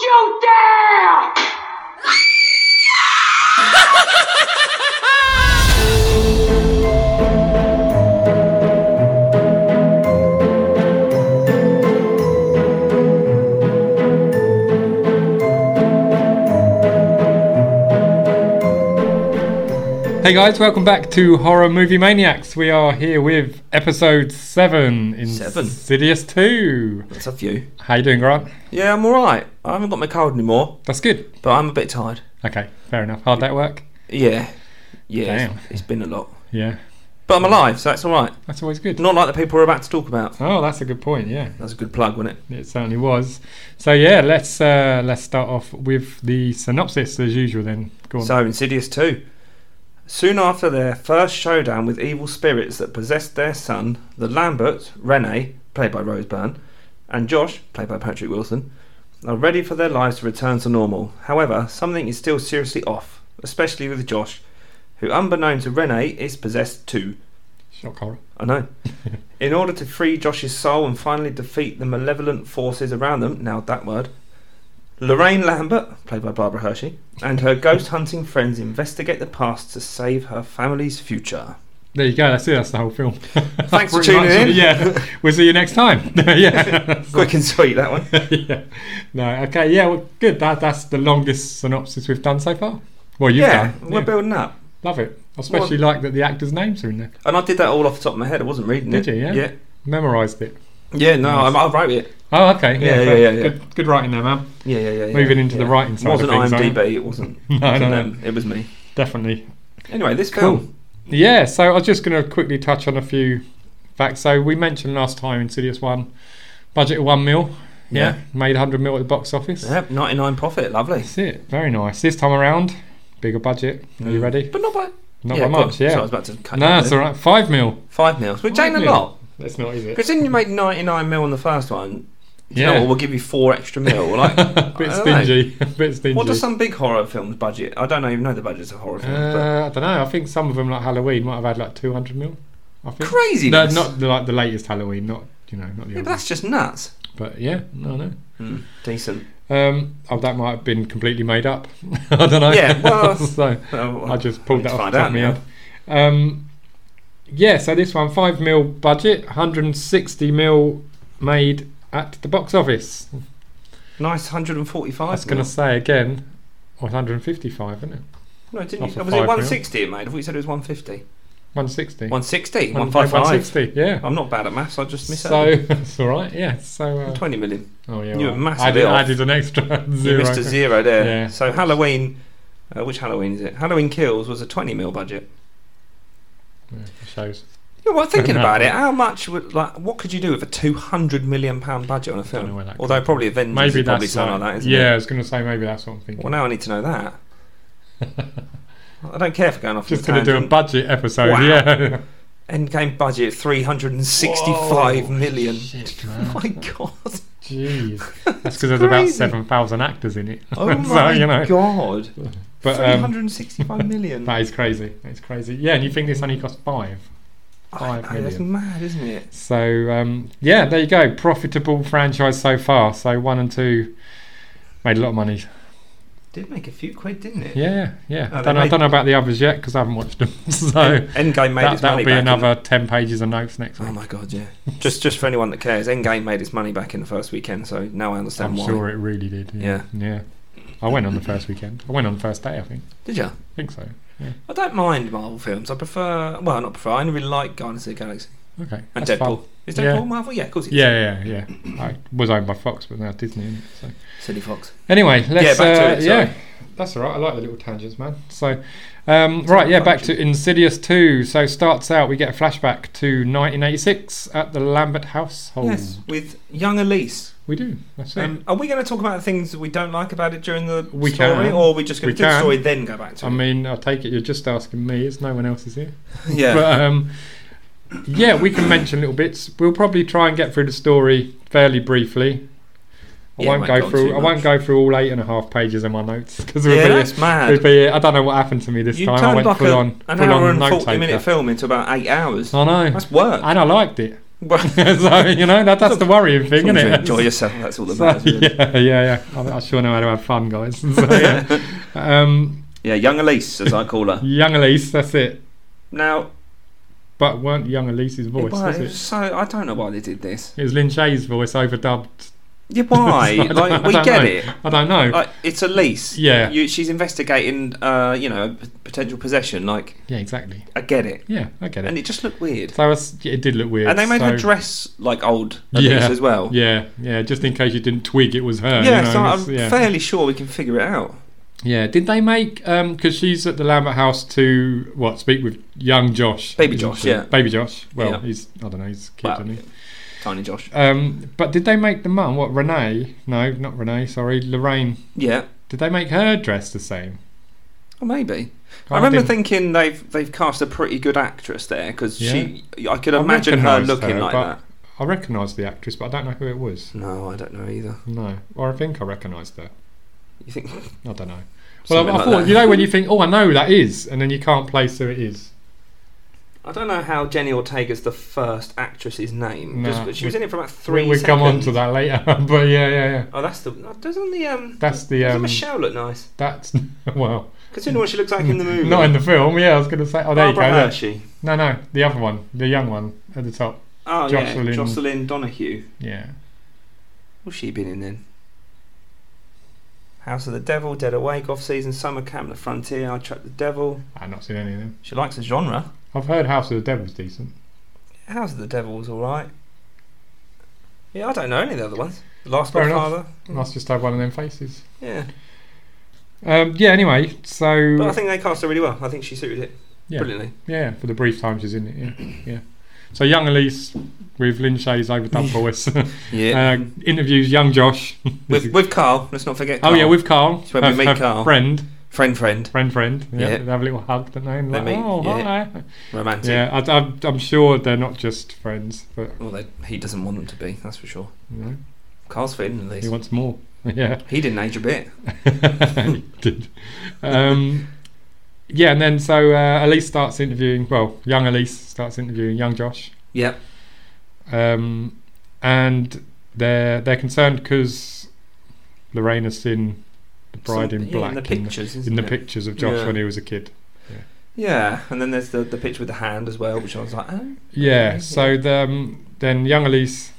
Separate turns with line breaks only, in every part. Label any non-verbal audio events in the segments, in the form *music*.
you down!
Hey guys, welcome back to Horror Movie Maniacs. We are here with episode seven in
Seven.
Insidious Two.
That's a few.
How you doing, Grant?
Yeah, I'm alright. I haven't got my cold anymore,
That's good.
but I'm a bit tired.
Okay, fair enough. Hard that work.
Yeah. Yeah. it's-
Damn.
it's been a lot.
Yeah,
But I'm alive, so that's alright.
that's always good.
Not like the people we're about to talk about.
Oh, that's a good point. Yeah,
That's a good plug, wasn't it?
it certainly was. So yeah, let's uh, let's start off with the synopsis as usual. Then go on.
So, Insidious 2. Soon after their first showdown with evil spirits that possessed their son, the Lamberts, Renee, played by Rose Byrne, and Josh, played by Patrick Wilson, are ready for their lives to return to normal. However, something is still seriously off, especially with Josh, who, unbeknown to Renee, is possessed too.
Shock horror.
I know. In order to free Josh's soul and finally defeat the malevolent forces around them, now that word, Lorraine Lambert, played by Barbara Hershey, and her ghost hunting friends investigate the past to save her family's future.
There you go. That's it. That's the whole film.
Thanks for
*laughs* Pretty
tuning
much.
in.
Yeah, we'll see you next time. *laughs* yeah.
Quick and sweet, that one.
*laughs* yeah. No. Okay. Yeah. Well, good. That that's the longest synopsis we've done so far. Well, you've
yeah,
done.
we're
Yeah.
building up.
Love it. I especially like that the actors' names are in there.
And I did that all off the top of my head, I wasn't reading
Did
it.
you? Yeah?
Yeah.
Memorised it.
Yeah, no,
Nice.
I, I wrote it.
Oh, okay.
Yeah,
fair.
yeah, yeah, yeah.
Good, good writing there, man.
Yeah, yeah, yeah. yeah,
Moving into the writing side
It wasn't
of things,
IMDb,
aren't
it wasn't.
*laughs* No,
it, wasn't
no, no.
them, it was me.
Definitely.
Anyway, this
Cool.
film.
Yeah. So I was just going to quickly touch on a few facts. So we mentioned last time Insidious One, budget of one mil. Yeah.
Yeah.
Made hundred mil at the box office.
Yep, 99 profit, lovely.
That's it. Very nice. This time around, bigger budget. Are you
Mm.
ready?
But not by
Not
yeah,
by
go on.
much. Yeah.
So I was about to cut you
no,
off
it's
there.
all right. Five mil.
Five mils, which
Five
ain't a
mil.
lot.
That's not, is it?
Because then you made 99 mil on the first one. You
Yeah.
know, what, we'll give you four extra
*laughs*
mil. Like,
a bit
I don't know.
stingy. A *laughs* bit stingy.
What does some big horror films budget? I don't even know the budgets of horror films.
Uh, I don't know. I think some of them, like Halloween, might have had like 200 mil. I
but
think.
crazy.
No, not the, like the latest Halloween. Not you know, not the
Yeah,
old
but
one.
that's just nuts.
But yeah, no, no.
Mm, decent.
Um, oh, that might have been completely made up. *laughs* I don't know.
Yeah, well,
*laughs* so
Oh,
I just pulled
need
that
to
off
find
the top
out
of my
now.
head. Um, yeah, so this one, five mil budget, 160 mil made at the box office.
nice 145.
I was going to say again, 155, isn't it?
No, didn't
off
you?
of
Oh, Was it
five mil.
160 it made? I thought you said it was 150.
160.
160, 155.
160. Yeah.
I'm not bad at maths, I Oh, just missed
So *laughs*
out.
it's all right. Yeah. So uh,
20 million.
Oh yeah,
You were
right.
massively
I did, I
off.
did an extra *laughs* zero.
You missed a zero there.
Yeah.
So Halloween, uh, which Halloween is it? Halloween Kills was a 20 mil budget.
Yeah, shows.
Yeah,
*laughs*
well, thinking
No.
about it, how much would like what could you do with a 200 million pound budget on a
Don't know where
film?
that
Although
comes
probably Avengers
Maybe
is
that's
probably something
like-
like that, isn't
yeah.
it?
I was going to say maybe that's what I'm thinking.
Well, now I need to
*laughs*
know that. I don't care for going off.
Just
going to
do a budget episode.
Wow. *laughs*
Yeah.
Endgame budget 365
Whoa,
million. *laughs*
Shit,
Oh
man. *laughs*
my god!
Jeez. That's because there's about
crazy.
seven thousand actors in it.
Oh my
so you know,
god!
but um, *laughs*
365 million.
that is crazy. That's crazy. Yeah, and you think this only cost five.
I
five
know, that's
million.
mad, isn't it?
So um, yeah, there you go. Profitable franchise so far. So one and two made a lot of money.
Did make a few quid, didn't it?
Yeah, yeah.
Oh,
I,
they
don't know, I
made-
don't know about the others yet because I haven't watched them. *laughs* So
Endgame made
that,
its
that'll
money
be
back. in-
another 10 pages of notes next
Oh
week.
my god! Yeah. just just for anyone that cares, Endgame made its money back in the first weekend, so now I understand
I'm
why.
sure it really did. Yeah. yeah. I went on the first weekend. I went on the first day, I think.
Did you?
I think so.
I don't mind Marvel films. I prefer, well, not prefer. I only really like Guardians of the Galaxy
Okay.
and
that's
Deadpool.
fun.
Is
Yeah.
Deadpool Marvel? Yeah, of course. It is.
Yeah, yeah, yeah. I was owned by Fox, but now Disney. Isn't it? So.
Silly Fox.
Anyway, let's.
back
uh,
to it,
yeah,
sorry.
that's all right. I like the little tangents, man. So, um, right, yeah, back to Insidious 2. So, starts out, we get a flashback to 1986 at the Lambert household.
Yes, with young Elise.
We do. That's it.
Um, are we going to talk about the things that we don't like about it during the
We
story,
can.
or are we just going
We
to do the
can.
story then go back to
I mean, I take it you're just asking me. It's no one else is here.
it? Yeah.
But um, yeah, we can mention little bits. We'll probably try and get through the story fairly briefly. I
Yeah,
won't
it
go
won't go on
through.
too
I won't
much.
go through all eight and a half pages of my notes because
yeah,
we'll
that's
be, we'll
mad.
be. I don't know what happened to me this
You
time. I
turned
went
like
full
a,
on,
an
full
hour
on
and
note
forty minute
taker. Oh.
film into about eight hours.
I know,
That's work.
and I liked it. *laughs*
Well,
so you know that, that's the worrying
as
thing,
long
isn't
as you
it?
enjoy yourself. That's all that
So,
matters. really.
*laughs* yeah, yeah, yeah. I, I sure know how to have fun, guys. *laughs* So,
*laughs*
yeah. um,
Yeah, young Elise, as
*laughs*
I call her.
young Elise, that's it.
Now,
But weren't young Elise's
it
voice?
was-
was it?
so I don't know why they did this.
It was Lin Shaye's voice overdubbed.
Yeah, why?
*laughs* I don't-
like
I
we
don't
get
know.
it.
I don't know.
Like it's Elise.
Yeah.
you, she's investigating. Uh, you know, p- potential possession. Like
yeah, exactly.
I get it,
Yeah, I get it.
and it just looked weird.
So it's- it did look weird.
And they made
so,
her dress like old Elise
Yeah.
as well.
Yeah, yeah. Just in case you didn't twig, it was her.
Yeah,
you know,
so um,
it's-
I'm
yeah.
fairly sure we can figure it out.
Yeah, did they make because she's at the Lambert House to what speak with young Josh,
Baby
isn't
Josh,
she?
yeah.
baby Josh. Well,
Yeah.
he's I don't know, he's a kid,
Well,
isn't he?
Tiny Josh.
Um, but did they make the mum what Renee? No, not Renee. Sorry, Lorraine.
Yeah,
Did they make her dress the same?
or maybe.
I
I remember
didn't-
thinking they've they've cast a pretty good actress there because she. I could
I
imagine her
recognised
looking
her,
like
but-
that.
I recognised the actress, but I don't know who it was.
No, I don't know either.
No, or I think I recognised her.
You think?
I don't know. Well, I,
Something
I
like
thought
that.
you know when you think, oh, I know who that is, and then you can't place who it is.
*laughs* I don't know how Jenny Ortega's the first actress's name.
No,
just, but she was in it for about
We
three.
we come on
seconds.
to that later, *laughs* but yeah, yeah, yeah.
Oh, that's the. no, Doesn't the um.
That's the
doesn't
um.
Michelle look nice?
That's *laughs* well,
Considering what she looks like in the movie.
Mm, not in the film. Yeah, I was going to say. Oh, there
Barbara
you go. look.
Hershey.
No, no, the other one, the young one at the top.
Oh yeah,
Jocelyn.
Jocelyn Donahue.
Yeah,
What's she been in then? House of the Devil, Dead Awake, Off Season, Summer Camp, The Frontier, I Trapped the Devil.
I've not seen any of them.
She likes the genre.
I've heard House of the Devil's decent.
House of the Devil's alright. Yeah, I don't know any of the other ones. The Last
Fair enough.
Godfather.
Must just have one of them faces.
Yeah.
Um, yeah. Anyway, so
But I think they cast her really well. I think she suited it
yeah,
brilliantly.
yeah, for the brief time she's in it. Yeah, yeah. So young Elise with Lynn Shay's
*laughs*
overdub voice *laughs* uh, interviews young Josh. *laughs*
with, with Carl, let's not forget
oh
Carl.
yeah, with Carl.
It's when we
her-
meet
her
Carl.
Friend,
Friend, friend.
friend, friend. Yeah,
Yeah.
They have a little hug, don't they? And
They
like,
meet,
oh,
yeah.
hi.
Romantic.
Yeah, I, I'm, I'm sure they're not just friends, but
Well, they, he doesn't want them to be, that's for sure.
you know,
Carl's fitting in these.
he wants more. *laughs* Yeah,
He didn't age a bit.
he did. Um, yeah, and then so uh, Elise starts interviewing. Well, young Elise starts interviewing young Josh,
Yep.
um, and they're they're concerned because Lorraine has seen the bride
Some-
in
yeah,
black
in the
in the,
pictures.
in the
isn't it?
pictures of Josh
Yeah.
when he was a kid.
Yeah, and then there's the, the picture with the hand as well, which I was like, oh.
Yeah, so the, um, then young Elise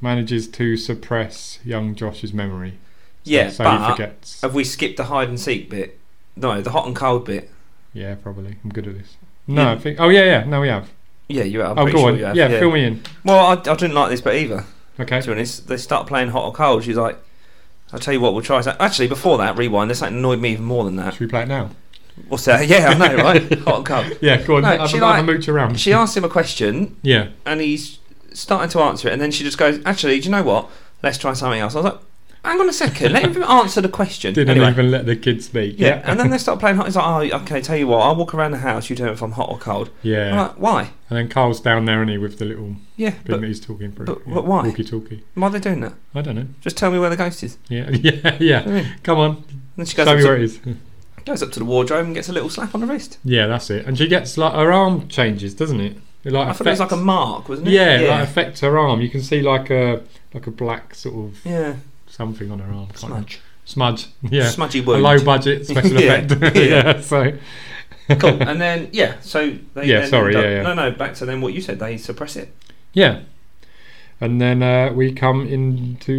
manages to suppress young Josh's memory. So-
Yeah,
so he
but uh,
forgets.
have we skipped the hide and seek bit? No, the hot and cold bit.
Yeah, probably. I'm good at this. No,
Yeah.
I think. Oh yeah, yeah. No, we have.
Yeah, you are. I'm
oh,
pretty
go
sure
on.
you have.
yeah, fill me in.
Well, I, I didn't like this bit either.
Okay.
To be honest, they start playing hot or cold. She's like, I'll tell you what, we'll try. something." Actually, before that, rewind. There's something annoyed me even more than that.
Should we play it now?
What's that? *laughs* Yeah, I know,
*laughs*
right? hot and cold.
Yeah, go on.
No,
I've
she
I've had
like-
a mooch around.
She asks him a question,
yeah.
and he's starting to answer it, and then she just goes, "Actually, do you know what? Let's try something else." I was like, "Hang on a second, let him *laughs* answer the question."
Didn't
Anyway.
even let the kid speak.
Yeah.
*laughs*
and then they start playing hot. He's like, oh, okay, tell you what, I'll walk around the house, you tell me if I'm hot or cold.
Yeah.
I'm like, why?
And then Carl's down there, and he with the little thing
Yeah, but
that he's talking through.
but-
yeah.
but why?
Walkie-talkie.
why are they doing that?
I don't know.
Just tell me where the ghost is.
Yeah, *laughs* yeah, yeah.
And
Come on,
then she
show
goes
me
up,
where
to,
it is. *laughs*
goes up to the wardrobe and gets a little slap on the wrist.
Yeah, that's it. And she gets like her arm changes, doesn't it? It, like
I thought it was like
affects-
a mark, wasn't it?
yeah, it,
yeah.
like affects her arm. You can see like a like a black sort of
yeah.
something on her arm. Can't remember.
Smudge.
Smudge. Yeah.
Smudgy
a
wound.
low budget special
*laughs* Yeah,
effect. *laughs*
yeah.
yeah. So
cool. And then, yeah, so they.
Yeah,
then
sorry,
end up-
yeah, yeah.
No, no, back to then what you said, they suppress it.
yeah. And then uh, we come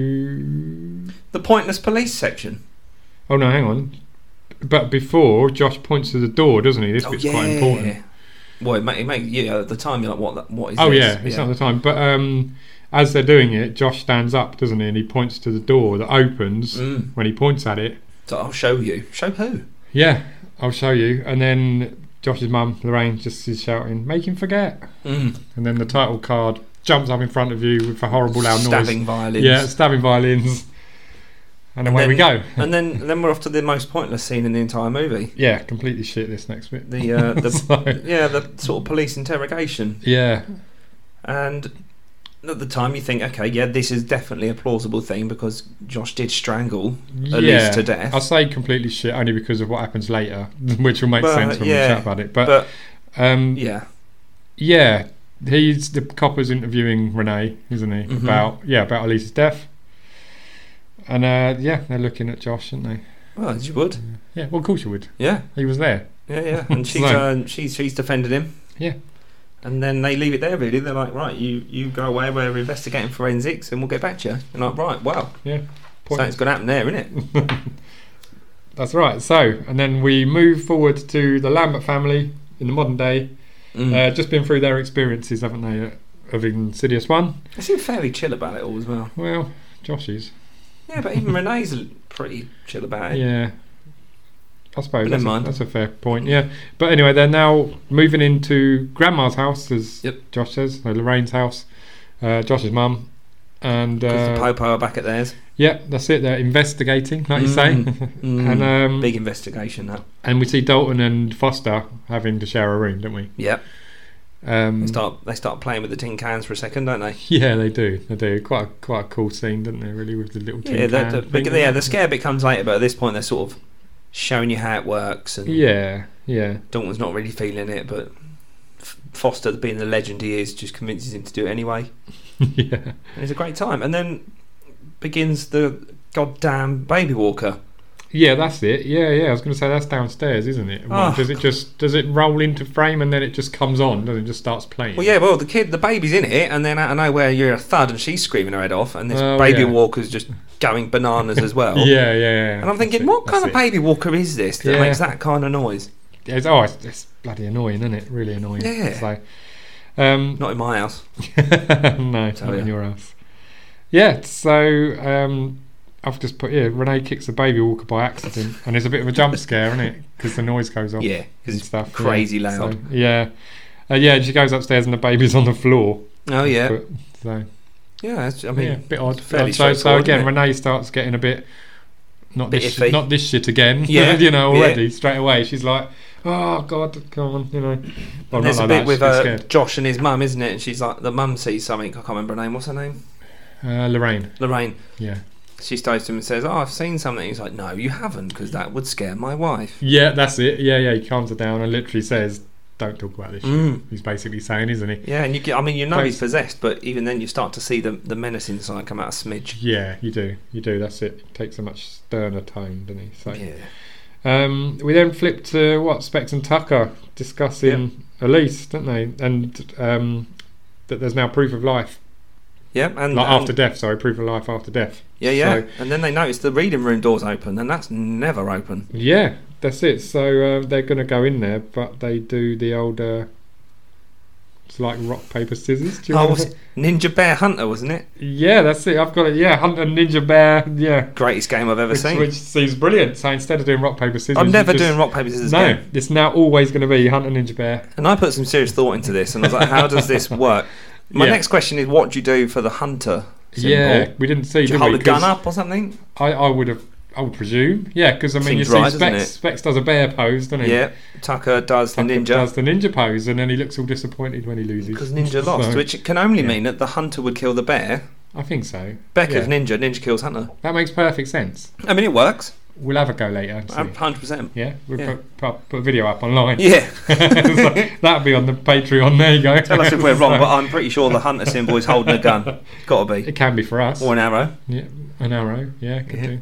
into.
The pointless police section.
Oh no, hang on. But before Josh points to the door, doesn't he?
Oh,
This bit's quite important.
Well, it make, it make, yeah, at the time you're like, what, the- what is
Oh
this?
yeah, it's not the time. But um, as they're doing it, Josh stands up, doesn't he? And he points to the door that opens.
Mm.
When he points at it,
So I'll show you. Show who?
yeah, I'll show you. And then Josh's mum, Lorraine, just is shouting, "Make him forget!"
Mm.
And then the title card jumps up in front of you with a horrible loud noise.
Stabbing violins.
Yeah, stabbing violins. And
And
away we go.
and then then we're off to the most pointless scene in the entire movie.
Yeah, completely shit this next bit.
The
*laughs*
uh, the
So,
yeah the sort of police interrogation,
yeah,
and at the time you think, okay, yeah, this is definitely a plausible thing because Josh did strangle
yeah.
Elise to death.
I say completely shit only because of what happens later, *laughs* which will make
But,
sense when
yeah,
we chat about it. But,
but
um, yeah.
yeah,
he's the copper's interviewing Renee, isn't he?
Mhm.
About yeah, about Elise's death. And uh, yeah, they're looking at Josh, aren't they?
Well, as you would.
Yeah, well, of course you would.
Yeah,
He was there.
yeah, yeah.
*laughs*
And she's
So-
uh, she's she's defended him.
Yeah.
And then they leave it there. Really, they're like, right, you you go away. We're investigating forensics, and we'll get back to you. And like, right, wow, something's going to happen there, isn't it?
That's right. So, and then we move forward to the Lambert family in the modern day.
Hmm.
Uh,
Mm.
just been through their experiences, haven't they, uh, of Insidious One?
they seem fairly chill about it all as well.
Well, Josh is.
Yeah, but even Renee's l- pretty chill about it.
Yeah. I suppose
But never
that's a,
mind.
that's a fair point, yeah. But anyway, they're now moving into Grandma's house, as
Yep.
Josh says, so Lorraine's house, uh, Josh's mum. And
Because the
uh,
Popo are back at theirs.
yeah, that's it. They're investigating, like you say. *laughs*
Mm, mm.
and um,
Big investigation, that.
and we see Dalton and Foster having to share a room, don't we?
Yep.
Um,
They start they start playing with the tin cans for a second, don't they?
Yeah, they do. They do. Quite a, quite a cool scene, don't they? Really, with the little tin
Yeah,
can
the, the,
thing.
big- yeah, the scare bit comes later, but at this point they're sort of showing you how it works, and
Yeah, yeah, *laughs*
Dalton's not really feeling it, but F- Foster, being the legend he is, just convinces him to do it anyway.
yeah.
And it's a great time, and then begins the goddamn baby walker.
Yeah, that's it. Yeah, yeah. I was going to say that's downstairs, isn't it? Well,
Oh,
does it just does it roll into frame and then it just comes on? Does it just starts playing?
Well, yeah, well, the kid, the baby's in it, and then out of nowhere you're a thud, and she's screaming her head off, and this
Oh,
baby
yeah.
walker's just going bananas as
*laughs*
well.
Yeah, yeah, yeah.
And I'm thinking,
That's it,
what kind
that's
of baby walker is this that
Yeah.
makes that kind of noise?
it. It's, oh, it's, it's bloody annoying, isn't it? Really annoying.
Yeah.
So, um,
Not in my house.
*laughs* no,
Tell
not in
ya.
your house. Yeah, so um, I've just put here. Renee kicks a baby walker by
*laughs*
accident, and it's a bit of a jump scare, isn't it? Because the noise goes on.
Yeah,
and
because it's
stuff. yeah.
crazy
So,
loud.
yeah, uh, yeah. and She goes upstairs and the baby's on the floor.
oh yeah,
But- so
yeah. that's- I
I mean,
mean,
yeah, bit odd.
fairly
so, so
straightforward,
again,
isn't
Renee starts getting a bit not
Bit
this
iffy.
shit, not this shit again. *laughs*
Yeah,
you know
yeah.
already straight away. She's like, oh god, come on, you know. Well,
And there's
not
a
like that,
bit with
she's
uh,
scared.
Josh and his mum, isn't it? And she's like, the mum sees something. I can't remember her name. What's her name?
Uh, Lorraine.
Lorraine.
Yeah,
She stops him and says, "Oh, I've seen something." He's like, "No, you haven't, because that would scare my wife."
yeah, that's it. Yeah, yeah. He calms her down and literally says, "Don't talk about this." shit."
Mm.
He's basically saying, isn't he?
Yeah, and you get, I mean, you know
Thanks.
he's possessed, but even then, you start to see the the menace inside come out a smidge.
Yeah, you do. You do. That's it. He takes a much sterner tone, doesn't he? So.
Yeah.
Um, we then flip to what Specs and Tucker discussing Elise, don't they? And um, that there's now proof of life,
Yeah, and,
like
and-
after death. Sorry, proof of life after death.
yeah, yeah,
so-
and then they notice the reading room door's open, and that's never open.
Yeah, that's it. So uh, they're going to go in there, but they do the old. Uh, it's like rock paper scissors. Do you
Oh,
remember?
was it Ninja Bear Hunter, wasn't it?
yeah, that's it. I've got it. Yeah, Hunter Ninja Bear. Yeah,
Greatest game I've ever
which,
seen.
which seems brilliant. So instead of doing rock paper scissors,
I'm
you
never
just-
doing rock paper scissors
No,
again.
it's now always going to be Hunter Ninja Bear.
And I put some serious thought into this, and I was like, "How does this work?"
*laughs*
My
Yeah.
next question is, what do you do for the hunter? Symbol?
Yeah, we didn't see.
do you
did
hold
we?
a gun
'Cause-
up or something?
I, I would have. I would presume, yeah, because I mean, you
Seems
see,
right, doesn't
Specs,
it?
Specs does a bear pose, doesn't he?
Yeah, Tucker does
Tucker
the ninja
does the ninja pose, and then he looks all disappointed when he loses.
because ninja lost,
So,
which can only
yeah.
mean that the hunter would kill the bear.
I think so.
Becker's
Yeah.
ninja, ninja kills hunter.
That makes perfect sense.
I mean, it works.
We'll have a go later. and see.
Hundred percent.
yeah, we'll
Uh, yeah.
Put, put, put a video up online.
Yeah.
*laughs*
*laughs*
So that'll be on the Patreon. There you go.
Tell us if we're
So,
wrong, but I'm pretty sure the hunter symbol is holding a gun. Got to be
it can be for us.
or an arrow.
yeah, an arrow. Yeah, could
Yeah.
do.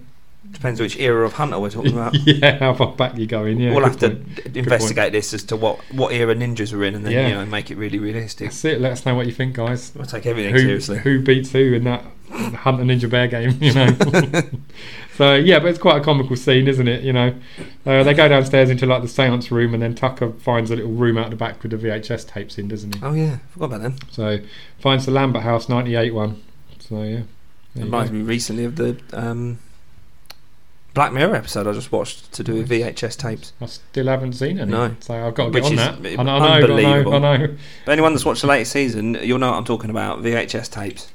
Depends which era of hunter we're talking about.
*laughs* yeah, how far back you going? Yeah,
we'll
good
have to
point.
d- investigate this as to what what era ninjas were in, and then
Yeah.
you know make it really realistic.
That's it. Let us know what you think, guys.
I'll take everything
who,
seriously.
who beats who in that Hunter Ninja Bear game, you
*laughs*
know. so yeah, but it's quite a comical scene, isn't it? You know, uh, they go downstairs into like the séance room, and then Tucker finds a little room out the back with the VHS tapes in, doesn't he?
Oh yeah, forgot about them.
So finds the Lambert House '98 one. So yeah, there you go.
Reminds me recently of the um, Black Mirror episode I just watched to do with VHS tapes.
I still haven't seen any.
No.
So I've got to
Which
get on
is
that.
b-
I know, I know, I know,
unbelievable.
I know.
But anyone that's watched the latest season, you'll know what I'm talking about. VHS tapes.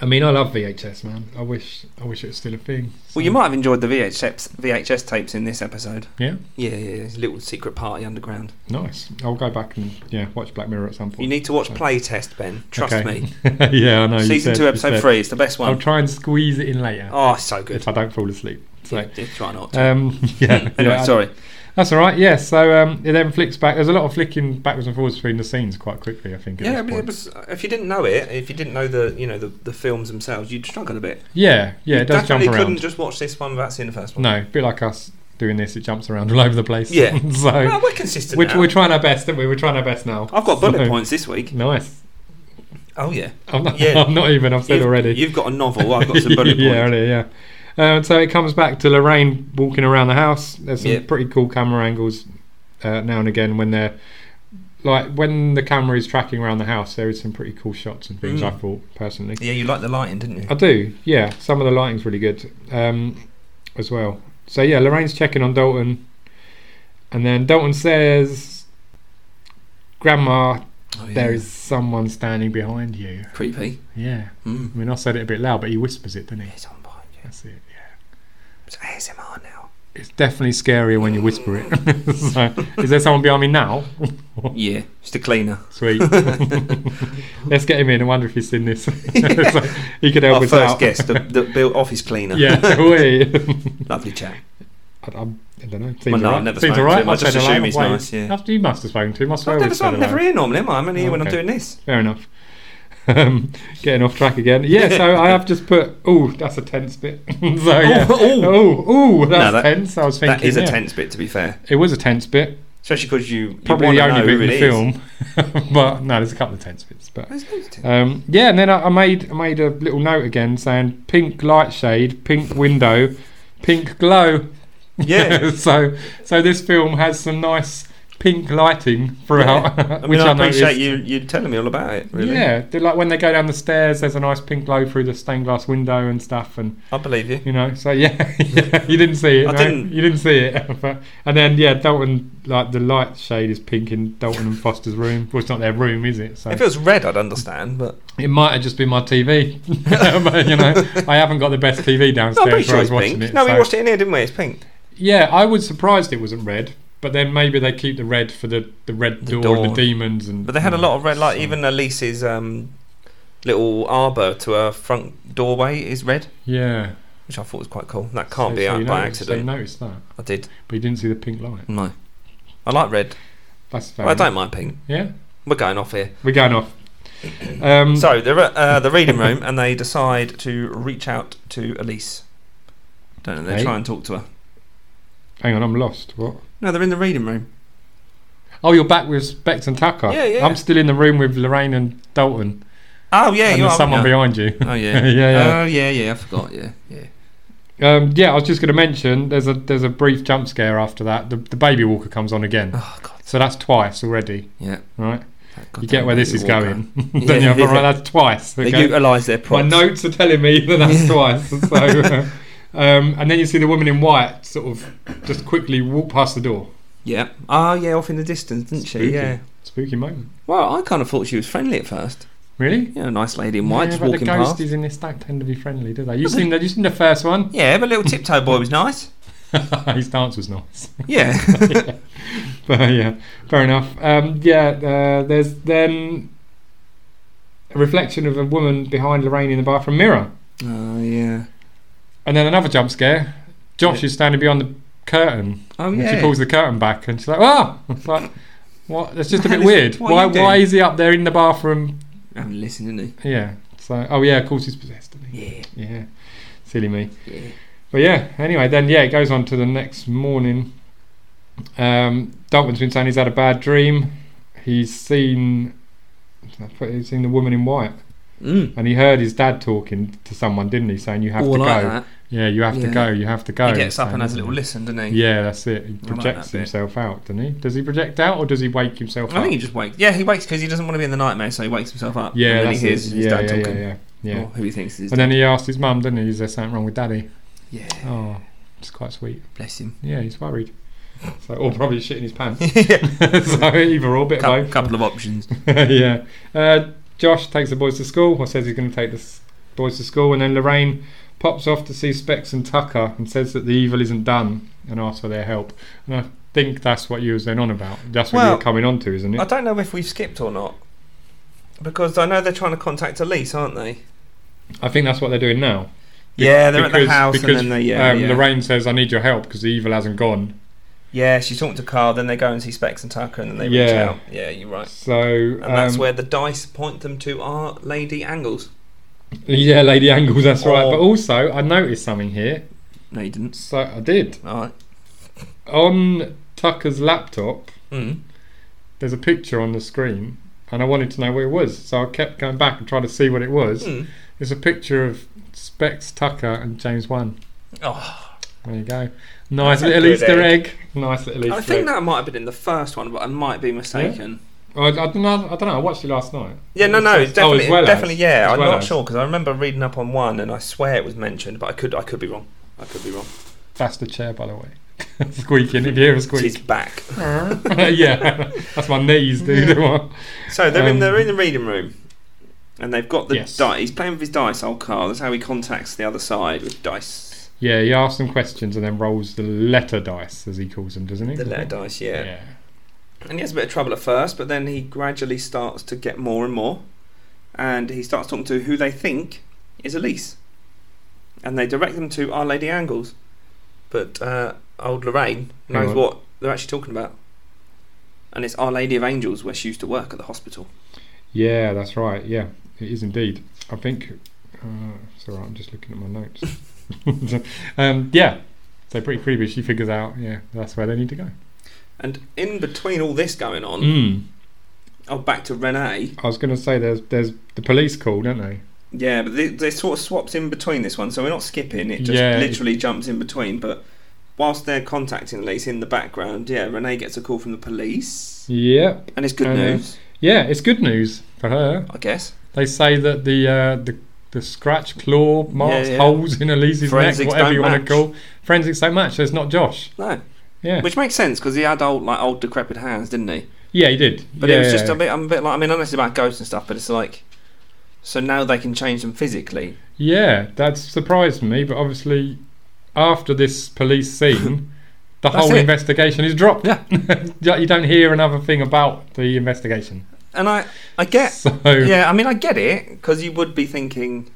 I mean, I love VHS, man. I wish, I wish it was still a thing. So-
Well, you might have enjoyed the VHS VHS tapes in this episode.
Yeah.
Yeah, yeah, yeah. It's a little secret party underground.
Nice. I'll go back and yeah, watch Black Mirror at some point.
You need to watch
So-
Playtest, Ben. Trust
Okay.
me.
*laughs* yeah, I know. you
Season
said-
two,
you
episode
said.
three. It's the best
I'll
one.
try and squeeze it in later
Oh, it's so good.
if I don't fall asleep. So,
Yeah, try not. to.
um, *laughs* yeah.
*laughs* anyway,
yeah,
sorry.
That's all right. Yeah. So um, it then flicks back. There's a lot of flicking backwards and forwards between the scenes quite quickly. I think. At
Yeah,
this
I mean,
point.
it was, uh, if you didn't know it, if you didn't know the you know the, the films themselves, you'd struggle a bit.
yeah. Yeah.
you
It does jump
definitely couldn't
around.
just watch this one without seeing the first one.
No, a bit like us doing this. It jumps around all over the place.
Yeah. Well,
*laughs* so
we're consistent
we're,
now.
we're trying our best, aren't we? We're trying our best now.
I've got bullet
So-
points this week.
Nice.
Oh yeah,
I'm not,
Yeah.
*laughs* I'm not even. I've said
you've,
already.
You've got a
*laughs*
novel. I've got some bullet
yeah,
points.
earlier, yeah. Uh, so it comes back to Lorraine walking around the house. There's some
Yeah.
pretty cool camera angles uh, now and again when they're like when the camera is tracking around the house. There is some pretty cool shots and things.
Mm.
I thought personally,
Yeah, you liked the lighting, didn't you?
I do. Yeah, some of the lighting's really good um, as well. So yeah, Lorraine's checking on Dalton, and then Dalton says, "Grandma,
Oh, yeah.
there is someone standing behind you."
creepy.
Yeah,
Mm.
I mean I said it a bit loud, but he whispers it, didn't he?
It's on behind you.
That's it. Yeah.
It's ASMR now.
It's definitely scarier when you whisper it. *laughs* so, is there someone behind me now?
*laughs* Yeah, just a cleaner. *laughs*
Sweet. Let's get him in. I wonder if he's seen this. *laughs* So he could help
Our
us
first
out.
guest, the, the built office cleaner.
*laughs* yeah. we.
*laughs* lovely chap.
I, I'm- I don't know. Seems
Well, no,
all
I've never
Seems
spoken
all
to
right.
him. I
I've
just
said
assume
hello.
he's
Wait,
nice, yeah.
after you must have spoken to him. I swear
I've
we've
never,
said
I'm never
hello.
here normally, am I? I'm only here when I'm
Okay.
doing this.
Fair enough. Um, getting off track again. Yeah, so I have just put. Oh, that's a tense bit. *laughs* so yeah.
ooh.
Oh, oh, that's
that-
tense. I was thinking
that is a
yeah.
tense bit, to be fair.
It was a tense bit.
Especially because you
probably
you
the
wanna
only
know
bit
who
in the
it is.
film. *laughs* but no, there's a couple of tense bits. But
There's loads of tense.
um, yeah, and then I, I made I made a little note again saying pink light shade, pink window, pink glow. *laughs*
Yeah.
so so this film has some nice pink lighting throughout. *laughs*
I mean, I appreciate
noticed.
you you telling me all about it. Really,
Yeah, they're like when they go down the stairs, there's a nice pink glow through the stained glass window and stuff, and
I believe you.
you know, so yeah, *laughs* yeah, you didn't see it.
I
no?
didn't.
You didn't see it. *laughs* But- and then yeah, Dalton like the light shade is pink in Dalton and Foster's room. Well, it's not their room, is it? So
If it was red, I'd understand, but
it might have just been my TV. *laughs* But, you know, I haven't got the best TV
no,
downstairs
I'm pretty
where I
sure
was
it's
watching
pink.
it.
no, we
so-
watched it in here, didn't we? It's pink.
Yeah, I was surprised it wasn't red. But then maybe they keep the red for the, the red
The
door, and
door.
the demons and.
But they had a lot of red, like
so-
even Elise's um, little arbour to her front doorway is red,
Yeah.
which I thought was quite cool. That can't
So-
be
so
out
you
by
noticed- so you
accident.
noticed that,
I did.
but you didn't see the pink light.
No, I like red.
That's fair.
Well, I
enough.
don't mind pink.
Yeah,
We're going off here.
we're going off. Um,
So they're at uh, the reading room, and they decide to reach out to Elise. Don't know. They
Hey.
try and talk to her.
hang on, I'm lost. What?
No, they're in the reading room.
Oh, you're back with Specs and Tucker.
Yeah, yeah.
I'm still in the room with Lorraine and Dalton.
Oh yeah,
and
you
there's
are,
someone
aren't you?
behind you.
Oh yeah.
*laughs* Yeah, yeah.
Oh yeah, yeah. I forgot. Yeah, yeah.
Um, yeah, I was just going to mention there's a there's a brief jump scare after that. The, the baby walker comes on again.
Oh god.
So that's twice already,
Yeah.
right? *laughs*
That
you
goddamn
get where this
baby
is
walker.
going. *laughs* Don't you?
Yeah.
But right,
*laughs*
that's twice.
They
okay?
utilise their
My
props.
notes are telling me that
*laughs*
that's twice. So, uh, um, and then you see the woman in white sort of just quickly walk past the door.
Yeah. Oh, yeah, off in the distance, didn't
Spooky.
she? Yeah.
Spooky moment.
Well, I kind of thought she was friendly at first.
Really?
You know, nice lady in white
yeah,
just
but
walking
the ghost
past.
is in this don't tend to be friendly, do they? You *laughs* seen the you seen the first one?
Yeah, but little tiptoe boy
*laughs*
was nice.
His dance was nice.
Yeah.
*laughs* but uh, yeah, fair enough. Um, yeah, uh, there's then a reflection of a woman behind Lorraine in the bathroom mirror.
*laughs* Oh, yeah.
And then another jump scare. Josh is standing behind the curtain.
Oh,
and
yeah.
She pulls the curtain back and she's like, ah! It's like, what? That's just a bit
What *laughs* the hell
weird.
is- what are
Why,
you doing?
why is he up there in the bathroom?
I haven't listened, didn't
Yeah. So, oh yeah, of course he's possessed. Isn't he?
he? Yeah.
Yeah. Silly me.
Yeah.
But yeah, anyway, then yeah, it goes on to the next morning. Um, Dalton's been saying he's had a bad dream. He's seen, he's seen the woman in white,
Mm.
and he heard his dad talking to someone, didn't he? Saying you have
All
to
like
go.
that.
Yeah, you have to
Yeah.
go. You have to go.
He gets up
So,
and has a little listen, doesn't he?
Yeah, that's it. He
I like
projects
that bit.
himself out, doesn't he? Does he project out, or does he wake himself
I
up?
think he just wakes. Yeah, he wakes because he doesn't want to be in the nightmare, so he wakes himself up.
yeah,
and then
that's
he hears
it.
his
yeah,
dad
yeah,
talking.
yeah, yeah, yeah.
Or who he thinks is his
And then he asked his mum, didn't he? Is there something wrong with daddy?
Yeah,
Oh, it's quite sweet.
bless
*laughs*
him.
Yeah, he's worried. So, or probably shitting his pants. *laughs*
yeah.
so either or, bit
Couple,
of
couple
*laughs*
of options.
both. yeah. Uh, Josh takes the boys to school, or says he's going to take the s- boys to school, and then Lorraine pops off to see Specs and Tucker, and says that the evil isn't done, and asks for their help. And I think that's what you was then on about. That's what you
Well,
were coming on to, isn't
I
it?
don't know if we've skipped or not. Because I know they're trying to contact Elise, aren't they?
I think that's what they're doing now.
Yeah, they're at the house and then they- yeah,
um,
yeah.
Lorraine says, "I need your help because the evil hasn't gone."
Yeah, she's talking to Carl. Then they go and see Specs and Tucker, and then they reach
Yeah.
out. Yeah, you're right.
So
And that's
um,
where the dice point them to our lady angles.
*laughs* yeah, Lady Angles. That's right.
Oh.
But also, I noticed something here.
No, you didn't.
So I did
All right.
on Tucker's laptop.
Mm.
There's a picture on the screen, and I wanted to know what it was. So I kept going back and trying to see what it was.
Mm.
It's a picture of Specs Tucker and James Wan.
Oh,
There you go. Nice
That's a
little
good
Easter egg. Nice little Easter
I think
egg.
that might have been in the first one, but I might be mistaken.
I, I don't know. I don't know. I watched it last night.
Yeah, no,
Oh,
no,
as
definitely,
well as-
definitely, yeah.
as
I'm
well
not
as.
sure because I remember reading up on one, and I swear it was mentioned, but I could, I could be wrong. I could be wrong.
That's the chair, by the way. *laughs* Squeaking. If you hear a
She's
squeak.
back.
*laughs*
*laughs*
yeah, that's my knees, dude.
So they're in,
Um,
they're in the reading room, and they've got the
Yes.
dice. He's playing with his dice, old Carl. That's how he contacts the other side with dice,
yeah, he asks some questions and then rolls the letter dice, as he calls them, doesn't he?
the letter dice. Yeah.
Yeah.
and he has a bit of trouble at first, but then he gradually starts to get more and more, and he starts talking to who they think is Elise, and they direct them to Our Lady Angles, but uh, old Lorraine
Hang
knows
on.
what they're actually talking about, and it's Our Lady of Angels where she used to work at the hospital.
Yeah, that's right. Yeah, it is indeed. I think. Uh, it's all right. I'm just looking at my notes. *laughs* um, yeah. So pretty creepy. She figures out. Yeah, that's where they need to go.
And in between all this going on,
Mm.
oh, back to Renee.
I was going to say there's there's the police call, don't they?
Yeah, but they, they sort of swapped in between this one, so we're not skipping. It just
Yeah.
literally jumps in between. But whilst they're contacting Elise in the background, yeah, Renee gets a call from the police,
Yeah.
and it's good
And, uh,
news,
Yeah, it's good news for her.
I guess.
They say that the uh, the the scratch claw marks
Yeah, yeah.
holes in Elise's neck,
Forensics
whatever
don't
you want to
match.
call forensics don't match. So it's not Josh.
No,
Yeah,
which makes sense because he had old, like old decrepit hands, didn't he?
yeah, he did.
But
yeah,
it was just
yeah.
a bit. I'm a bit like. I mean, unless it's about ghosts and stuff, but it's like. So now they can change them physically.
yeah, that surprised me. But obviously, after this police scene,
*laughs*
the
That's
whole
it.
investigation is dropped. *laughs*
Yeah.
you don't hear another thing about the investigation.
And I, I get.
*laughs* So
Yeah, I mean, I get it because you would be thinking,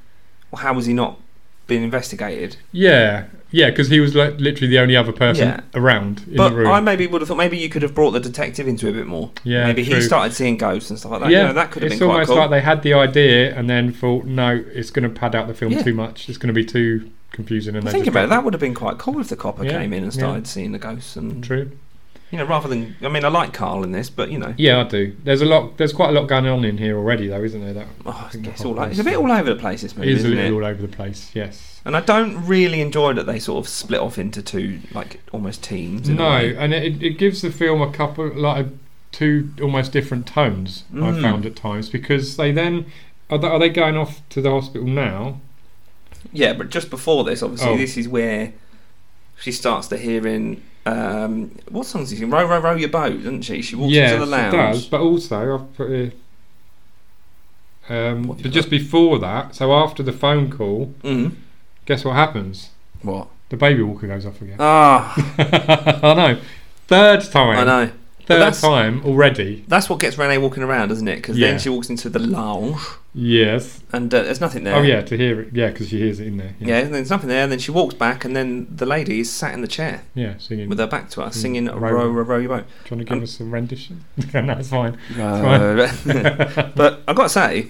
well, how was he not being investigated?
yeah, yeah, because he was like literally the only other person
Yeah.
around in
but
the room.
I maybe would have thought maybe you could have brought the detective into it a bit more.
yeah,
maybe
true.
he started seeing ghosts and stuff like that. Yeah, that could have
it's
been quite
almost
cool.
like they had the idea and then thought, no, it's going to pad out the film
Yeah.
too much. It's going to be too confusing. And they
Think
just
about it.
dropped
That would have been quite cool if the copper
Yeah,
came in and
yeah.
started seeing the ghosts and
True.
you know rather than I mean I like Carl in this, but you know
Yeah, I do. There's a lot. There's quite a lot going on in here already, though, isn't there? That
oh,
think the
it's all
whole
o- it's a bit all over the place. This
it
movie,
is a
isn't
little
it?
all over the place. Yes.
And I don't really enjoy that they sort of split off into two like almost teams. in a
No,
way.
and it, it gives the film a couple like two almost different tones. I
Mm.
found at times because they then are they, are they going off to the hospital now?
yeah, but just before this, obviously,
Oh.
this is where she starts to hearing. Um, what songs is she? Row, row, row your boat, doesn't she? She walks
yes,
into the lounge.
it does. But also, I've put here. Um,
What have
but
you
just before that, so after the phone call,
Mm.
guess what happens?
What?
The baby walker goes off
*laughs*
again. *laughs*
Ah,
I know. Third time.
I know.
Third
that's-
time already.
That's what gets Renee walking around, doesn't it? Because
Yeah.
then she walks into the lounge
Yes.
and uh, there's nothing there.
Oh yeah, to hear it. Yeah, because she hears it in there.
Yeah, and there's nothing there. And then she walks back, and then the lady is sat in the chair
Yeah, singing.
with her back to us,
Mm.
singing
Row,
"Row, row, row your boat."
Do you want to give
Um,
us a rendition? *laughs* no, it's fine.
Row,
*laughs*
row. Uh, *laughs* but I've got to say,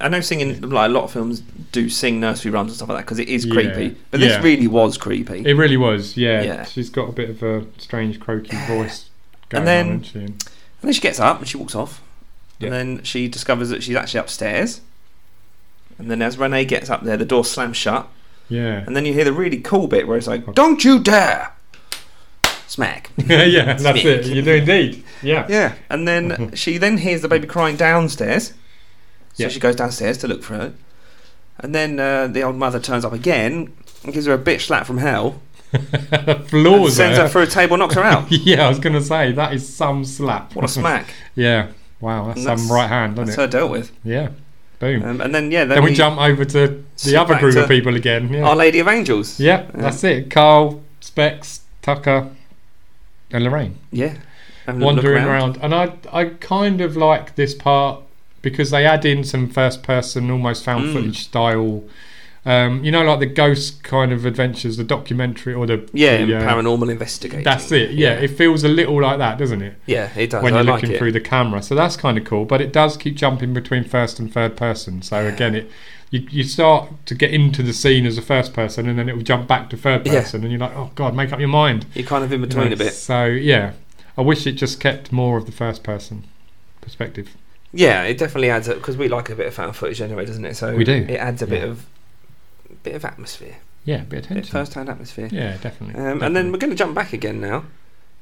I know singing like a lot of films do sing nursery rhymes and stuff like that because it is
Yeah.
creepy. But this
Yeah.
really was creepy.
It really was. Yeah.
Yeah.
She's got a bit of a strange croaky voice. Going
And then-
on, isn't she? And-
And then she gets up and she walks off.
Yeah.
And then she discovers that she's actually upstairs. And then as Renee gets up there, the door slams shut.
yeah.
And then you hear the really cool bit where it's like, "Don't you dare!" Smack.
*laughs* yeah, that's it.
Speak.
You do indeed. *laughs* Yeah.
Yeah. And then she then hears the baby crying downstairs. So
Yeah.
she goes downstairs to look for her. And then uh, the old mother turns up again and gives her a bitch slap from hell. and
Floors
sends her
her.
through a table, knocks her
*laughs*
out.
yeah, I was going to say that is some slap.
What a smack.
yeah. Wow, that's,
And that's-
some right hand,
That's
isn't it?
her dealt with.
Yeah. Boom.
Um, and then, yeah, then,
then we
we
jump over to the
Sit
other
back
group of
to
people again. Yeah.
Our Lady of Angels.
Yeah, that's it. Carl, Specs, Tucker, and Lorraine
Yeah. Having a look
wandering around. and I I kind of like this part because they add in some first person, almost found
Mm.
footage style Um, you know, like the ghost kind of adventures, the documentary or the
Yeah, and
the, uh,
paranormal investigation.
That's it. Yeah, it feels a little like that, doesn't it?
Yeah, it does.
When
I
you're
like
looking
it.
through the camera, so that's kind of cool. But it does keep jumping between first and third person. So again, it you, you start to get into the scene as a first person, and then it will jump back to third
Yeah.
person, and you're like, oh god, make up your mind.
You're kind of in
you
between
know.
a bit.
So yeah, I wish it just kept more of the first person perspective.
Yeah, it definitely adds up because we like a bit of fan footage anyway, doesn't it? So
We do.
It adds a bit
Yeah.
of bit of atmosphere,
Yeah, bit of
bit of
tension.
first-hand atmosphere.
Yeah, definitely.
Um, and then
definitely.
we're going to jump back again now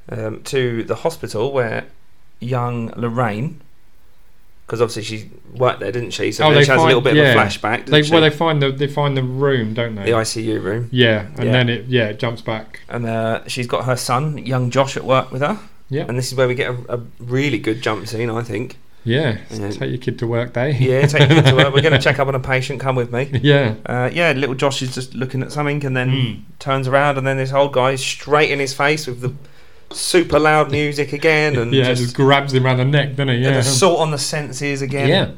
um, to the hospital where young Lorraine, because obviously she worked there, didn't she? So
Oh,
then
they
she has a little bit
find-
of a
yeah.
flashback. Didn't
they,
she?
well, they find the they find the room, don't they?
the ICU room,
yeah, and
Yeah.
then it yeah it jumps back.
and uh, she's got her son, young Josh, at work with her.
Yep.
And this is where we get a, a really good jump scene,
*laughs*
I think.
Yeah,
Yeah.
take your kid to work day.
Yeah, take you to work. We're
*laughs*
going to check up on a patient. Come with me.
yeah.
Uh, yeah, little Josh is just looking at something and then
Mm.
turns around, and then this old guy is straight in his face with the super loud music again,
*laughs*
and
yeah, just,
just,
grabs him around the neck, doesn't he?
and
Yeah,
assault on the senses again.
yeah,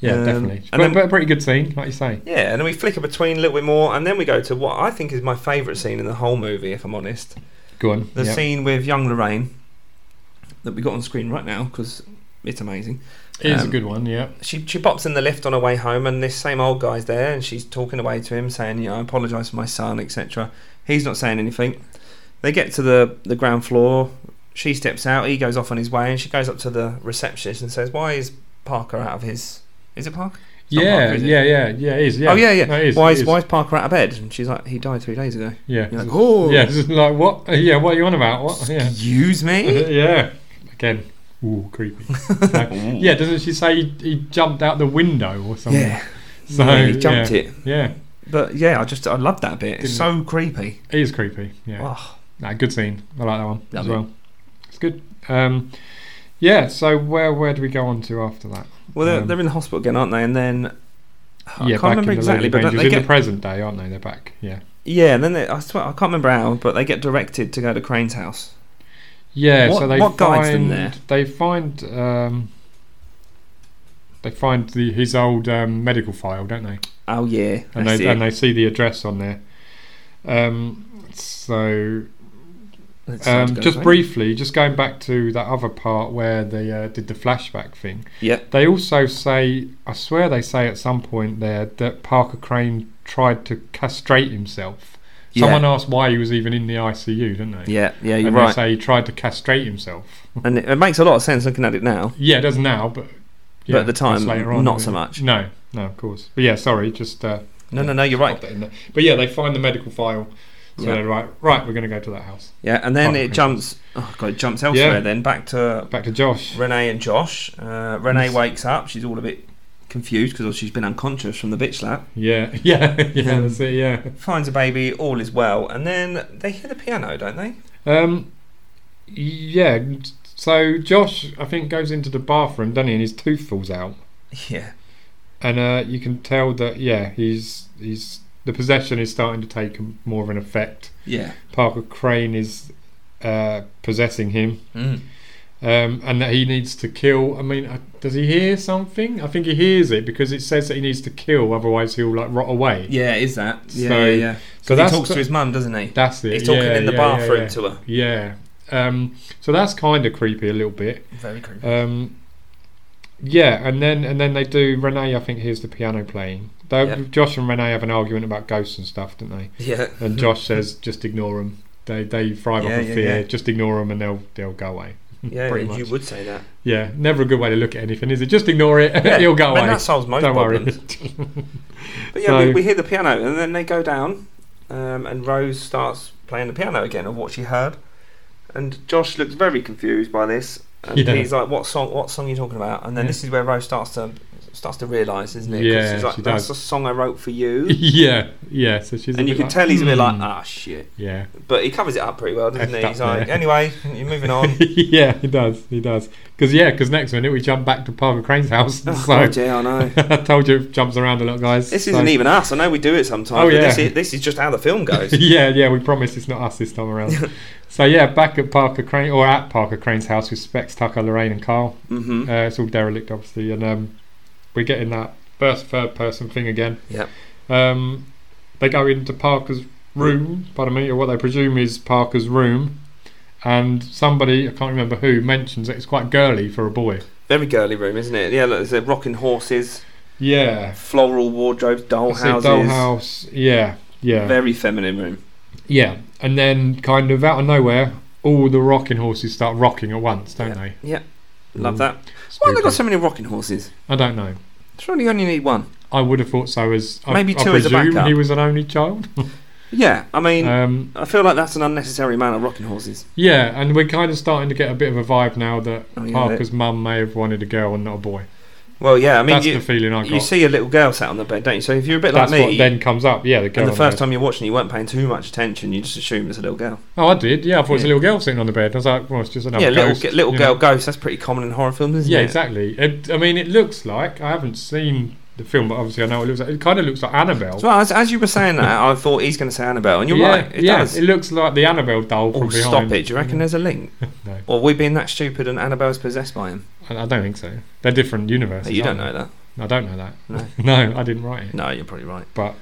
yeah,
Um,
definitely.
and
But,
then-
but a pretty good scene, like you say.
Yeah, and then we flicker between a little bit more, and then we go to what I think is my favourite scene in the whole movie, if I'm honest.
Go on.
The
yeah.
scene with young Lorraine that we got on screen right now because it's amazing.
It is
um,
a good one. Yeah,
She she pops in the lift on her way home, and this same old guy's there, and she's talking away to him, saying, "You know, I apologise for my son, etc." He's not saying anything. They get to the the ground floor. She steps out. He goes off on his way, and she goes up to the receptionist and says, "Why is Parker out of his? Is it Parker? not
yeah,
Parker, is it?
yeah, yeah, yeah. It is. Yeah.
Oh yeah, yeah.
No, it is,
why
it
is,
is.
why is Parker out of bed? And she's like, "He died three days ago."
Yeah.
You're like, "Oh,
yeah. It's just like what? Yeah. What are you on about? What? Oh, Yeah. *laughs*
excuse me."
yeah. Again. Ooh,
*laughs*
creepy. No. yeah. Doesn't she say he, he jumped out the window or something?
Yeah,
*laughs* So,
yeah, he jumped
yeah.
it.
Yeah.
But yeah, I just I love that bit. It's
Didn't
so creepy.
It is creepy. Yeah.
Oh,
Nah, good scene. I like that one
Love
as
it.
well. It's good. Um, yeah. So where where do we go on to after that?
well, they're,
Um,
they're in the hospital again, aren't they? And then I
yeah,
can't
back
remember
in the Lonely
exactly, but
Rangers.
they
in
get
the present day, aren't they? They're back. Yeah.
yeah. And then they, I swear I can't remember how, but they get directed to go to Crane's house.
Yeah.
What-
so they
what
find
guides them there?
they find um, they find the, his old um, medical file, don't they?
Oh yeah,
And
that's
they
it.
and they see the address on there. Um, so
It's time to
um,
go
just
to Crane.
briefly, just going back to that other part where they uh, did the flashback thing.
Yep.
They also say, I swear they say at some point there that Parker Crane tried to castrate himself.
Yeah.
Someone asked why he was even in the ICU, didn't they?
Yeah, yeah, you're
and they
right.
say he tried to castrate himself.
And it, it makes a lot of sense looking at it now.
Yeah, it does now, but yeah,
But at the time,
it's later on,
not
isn't
so
it?
much.
No, no, of course. But yeah, sorry, just uh,
No, no, no, you're
pop
right.
that in there. But yeah, they find the medical file, so
Yeah.
they're right. Right, we're going to go to that house.
Yeah, and then
Parker
it
Crane.
jumps. Oh god, it jumps elsewhere.
Yeah.
Then back to
Back to Josh.
Renee and Josh. Uh, Renee
Yes.
wakes up. She's all a bit confused because she's been unconscious from the bitch slap.
Yeah, *laughs* yeah, yeah.
Um,
That's it. Yeah.
Finds a baby. All is well. And then they hear the piano, don't they? *laughs*
Um, yeah. So Josh, I think, goes into the bathroom, doesn't he? And his tooth falls out,
Yeah.
and uh, you can tell that yeah, he's he's the possession is starting to take more of an effect.
Yeah.
Parker Crane is uh, possessing him,
Mm.
um, and that he needs to kill. I mean, uh, does he hear something? I think he hears it because it says that he needs to kill, otherwise he'll like rot away.
Yeah, is that? Yeah,
So-
yeah, yeah.
So
he
that's
talks to his mum, doesn't he?
that's it.
He's talking
yeah,
in the
yeah, yeah,
bathroom
yeah.
to her.
Yeah. Um, so that's kind of creepy a little bit.
Very creepy.
Um, yeah, and then and then they do. Renee, I think, hears the piano playing. Though
Yep.
Josh and Renee have an argument about ghosts and stuff, don't they?
yeah. *laughs*
And Josh says, "Just ignore them. They they thrive
Yeah,
off of
yeah,
fear.
yeah.
Just ignore them, and they'll they'll go away."
Yeah,
*laughs* pretty
you
much.
would say that. *laughs*
Yeah, never a good way to look at anything, is it? Just ignore it.
Yeah,
*laughs* It'll go
I mean,
away.
that solves most
Don't worry.
problems. But yeah,
So-
we, we hear the piano, and then they go down, um, and Rose starts playing the piano again of what she heard, and Josh looks very confused by this, and
Yeah.
he's like, "What song? What song are you talking about?" And then
Yeah.
this is where Rose starts to starts to realise, isn't it? 'Cause
Yeah,
she's like,
she
"That's
does.
the song I wrote
*laughs*
for you,"
*laughs* yeah, yeah. So she's. a
and you
bit
can
like,
tell he's a bit like,
"Hmm."
"Ah, shit,"
Yeah,
but he covers it up pretty well, doesn't
Effed
he?
up,
He's like,
yeah.
"Anyway,
*laughs*
you're moving on."
yeah. He does. He does. Because yeah, because next minute we jump back to Parker Crane's house.
*laughs* oh,
so
God, yeah, I know.
*laughs* I told you it jumps around a lot, guys.
This
So-
isn't even us. I know we do it sometimes.
Oh,
but this,
yeah.
is, this is just how the film
*laughs*
goes.
yeah, yeah, we promise it's not us this time
*laughs*
around. so yeah, back at Parker Crane or at Parker Crane's house with Specs, Tucker, Lorraine, and Carl.
hmm
Uh, it's all derelict, obviously, and um, we're getting that first third person thing again.
Yep.
Um, they go into Parker's room, pardon me, or what they presume is Parker's room, and somebody I can't remember who mentions that it's quite girly for a boy.
Very girly room, isn't it? Yeah, look, there's uh, rocking horses,
Yeah,
floral wardrobes, doll
That's it,
houses.
dollhouse. Yeah, yeah,
Very feminine room.
yeah. And then, kind of out of nowhere, all the rocking horses start rocking at once, don't they?
Yeah,
Mm.
love that. Why have they
Spooky.
got so many rocking horses?
I don't know.
Surely you only need one.
I would have thought so. As I,
Maybe
I
two as a
presume
backup.
he was an only child.
Yeah, I mean,
Um,
I feel like that's an unnecessary amount of rocking horses.
yeah, and we're kind of starting to get a bit of a vibe now that
Oh, yeah,
Parker's mum may have wanted a girl and not a boy.
Well, yeah, I mean,
That's the
you,
feeling I got.
you see a little girl sat on the bed, don't you? So if you're a bit
That's
like
what
me,
then comes up. Yeah, the girl.
and the
on
first
bed.
time you're watching, it, you weren't paying too much attention. You just assume it's a little girl.
Oh, I did. Yeah, I thought it was a
Yeah.
little girl sitting on the bed. I was like, well, it's just another
yeah, little
ghost,
g- little
you know.
girl ghost. That's pretty common in horror films, isn't
Yeah,
it?
exactly. It, I mean, it looks like I haven't seen the film, but obviously I know what it looks like. It kind of looks like Annabelle.
So as, as you were saying that, I thought he's going to say Annabelle, and you're
yeah,
right. It
yeah,
does.
it looks like the Annabelle doll from
oh,
behind. Mm.
stop it! Do you reckon there's a link?
*laughs* No.
Or we being that stupid and Annabelle's possessed by him?
I I don't think so. They're different universes.
you don't
aren't
know that.
they? I don't know that. *laughs*
No.
no, I didn't write it.
No, you're probably right.
But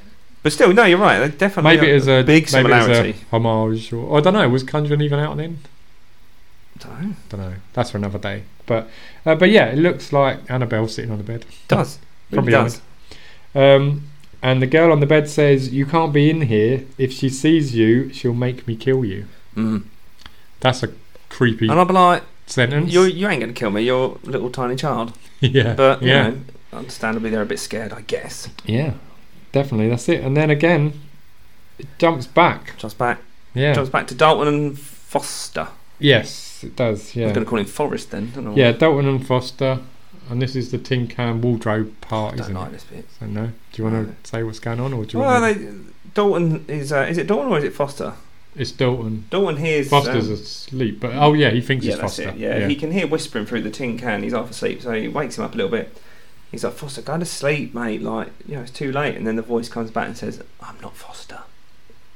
But still, no, you're right. They definitely
maybe
are
it is a
big
maybe it's
similarity.
a homage, or oh, I don't know. Was Conjuring even out then?
Dunno.
don't know. That's for another day. But uh, but yeah, it looks like Annabelle sitting on the bed.
Does Really
Probably
does.
Um, and the girl on the bed says, "You can't be in here. If she sees you, she'll make me kill you."
Mm.
That's a creepy
And I'll be like,
sentence.
you you ain't going to kill me. You're a little tiny child.
*laughs* yeah,
But you
yeah,
know, understandably they're a bit scared, I guess.
yeah, definitely. That's it. And then again, it jumps back.
Jumps back,
Yeah.
jumps back to Dalton and Foster.
yes, it does.
I was
Yeah.
going to call him Forrest then. Don't know.
Yeah, Dalton and Foster, and this is the tin can wardrobe part,
I don't
isn't
like
it?
this bit.
So no. Do you want
No.
to say what's going on, or do you?
Well,
want
they, Dalton is uh, is it Dalton or is it Foster?
to- It's Dalton.
Dalton hears
Foster's
um,
asleep, but oh yeah, he thinks
yeah,
it's
that's
Foster.
it. Yeah, he can hear whispering through the tin can. He's half asleep, so he wakes him up a little bit. He's like, Foster, go to sleep, mate. Like, you know, it's too late. And then the voice comes back and says, I'm not Foster.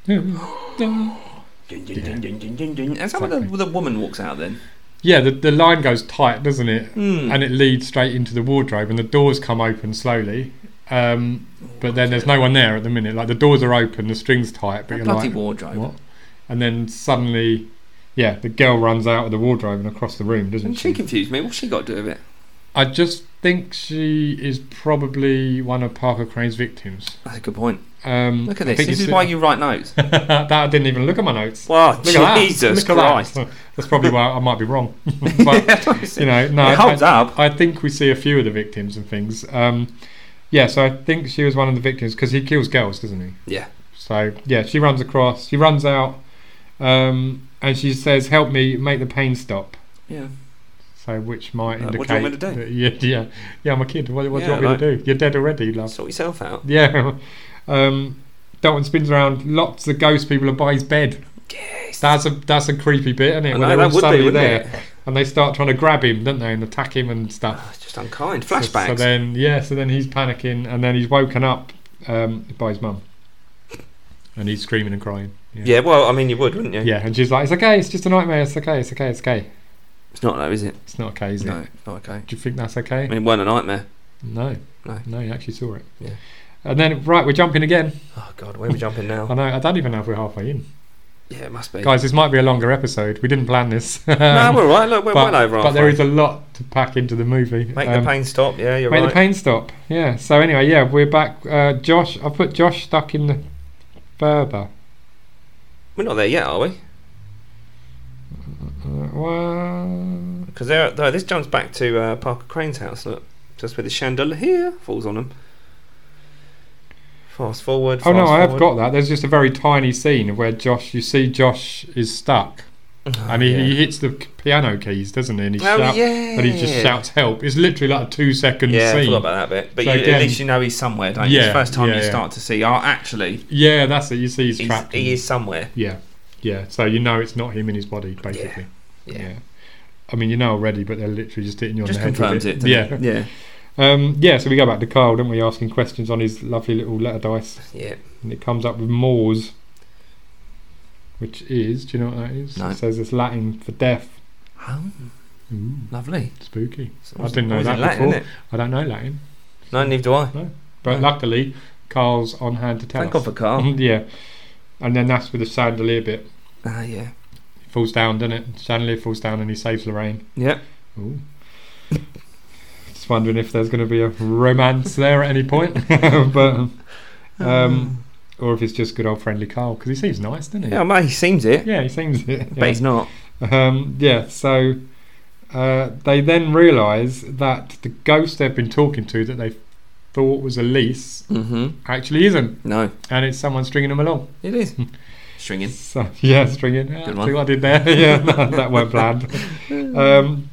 Yeah.
Dun, dun,
Yeah.
dun, dun, dun, dun, dun. And some of
Exactly.
the, the woman walks out then.
*gasps* Yeah, the, the line goes tight, doesn't it?
Hmm.
And it leads straight into the wardrobe, and the doors come open slowly. Um, but then there's no one there at the minute. Like the doors are open, the string's tight, but
That
you're
bloody
like,
wardrobe.
what? And then suddenly, yeah, the girl runs out of the wardrobe and across the room, doesn't
And
she?
she confused me. What's she got to do with it?
I just think she is probably one of Parker Crane's victims.
That's a good point.
Um,
Look at
I
this.
think
This
you
is
see-
why you write
*laughs*
notes.
that I didn't even look at my notes.
Wow,
Look at that.
Jesus
Look at that.
*laughs* Christ.
That's probably why I might be wrong. *laughs* but you know, no,
it holds
I,
up.
I think we see a few of the victims and things. Um, yeah, so I think she was one of the victims because he kills girls, doesn't he?
Yeah.
So yeah, she runs across, she runs out, um, and she says, "Help me, make the pain stop."
Yeah.
So which might
Uh,
indicate.
what do you want me to do?
that- yeah, yeah, yeah. I'm a kid. What, what do you
Yeah,
want me to do? You're dead already, love. *laughs*
Sort yourself out.
Yeah. Um, Dalton spins around, locks the ghost people up by his bed.
Yes.
That's a that's a creepy bit, isn't it?
I
When
know,
they're all
that would be,
suddenly
wouldn't
there
it?
and they start trying to grab him, don't they, and attack him and stuff.
Ah, it's just unkind.
So- So,
Flashbacks.
then, yeah, so then he's panicking, and then he's woken up um, by his mum, and he's screaming and crying.
yeah, well, I mean, you would, wouldn't you?
yeah, and she's like, "It's okay, it's just a nightmare. It's okay, it's okay, it's okay.
It's not though, is it?
It's not okay, is
no,
it?
it's not okay.
Do you think that's
I
okay?
mean, it weren't a nightmare.
No,
No.
no, you actually saw it.
Yeah.
And then, right, we're jumping again.
Oh God, where are we jumping
I *laughs*
now?
know. I don't even know if we're halfway in,
yeah, it must be.
guys. This might be a longer episode. We didn't plan this.
no,
*laughs*
we're all right. Look, we're
but,
well over.
but there
halfway.
is a lot to pack into the movie.
Make
Um,
the pain stop. Yeah, you're
Make
right.
the pain stop. Yeah. So anyway, yeah, we're back. Uh, Josh, I put Josh stuck in the Berber.
We're not there yet, are we?
Uh, well,
Because there, no, this jumps back to uh, Parker Crane's house. Look, just with the chandelier here falls on him. Fast forward.
oh no,
fast
I have
forward.
got that. There's just a very tiny scene where Josh, you see Josh is stuck, and he, he hits the k- piano keys, doesn't he? And he
oh
shouts,
yeah.
and he just shouts help. It's literally like a two second
Yeah, I
scene.
forgot about that bit. But
So
you,
again-
at least you know he's somewhere, don't you? It's
Yeah,
the first time
yeah,
you
yeah.
start to see, oh, actually,
Yeah, that's it. You see he's,
he's,
trapped.
he
in-
is somewhere.
Yeah, yeah. So you know it's not him in his body, basically.
Yeah.
I mean, you know already, but they're literally just hitting you on
Just
the head. with
confirms it. doesn't
Yeah.
it? Yeah.
Um, yeah, so we go back to Kyle, don't we? Asking questions on his lovely little letter dice,
Yeah.
and it comes up with Moors, which is, do you know what that is?
No.
It says it's Latin for death.
Oh,
Ooh,
lovely.
spooky.
It's
I didn't know
always in
that
Latin,
before.
isn't
I don't know Latin,
it? No, neither do I.
but
Yeah.
luckily Carl's on hand to tell
Thank
us.
God for Carl.
*laughs* yeah. And then that's with the chandelier bit.
Ah, yeah.
It falls down, doesn't it? Chandelier falls down and he saves Lorraine.
Yeah.
Ooh. Just wondering if there's going to be a romance there at any point. *laughs* but
*laughs*
um, Or if it's just good old friendly Carl, because he seems nice, doesn't he?
Yeah, mate, he seems it,
Yeah, he seems
*laughs*
it. yeah.
but he's not.
Um, yeah, so uh, they then realise that the ghost they've been talking to that they thought was Elise
Mm-hmm.
actually isn't,
No,
and it's someone stringing them along.
it is. Stringing.
So, *laughs* yeah, stringing. Yeah,
Good
see
one.
what I did there? *laughs* yeah, no, that weren't
*laughs*
planned. Um,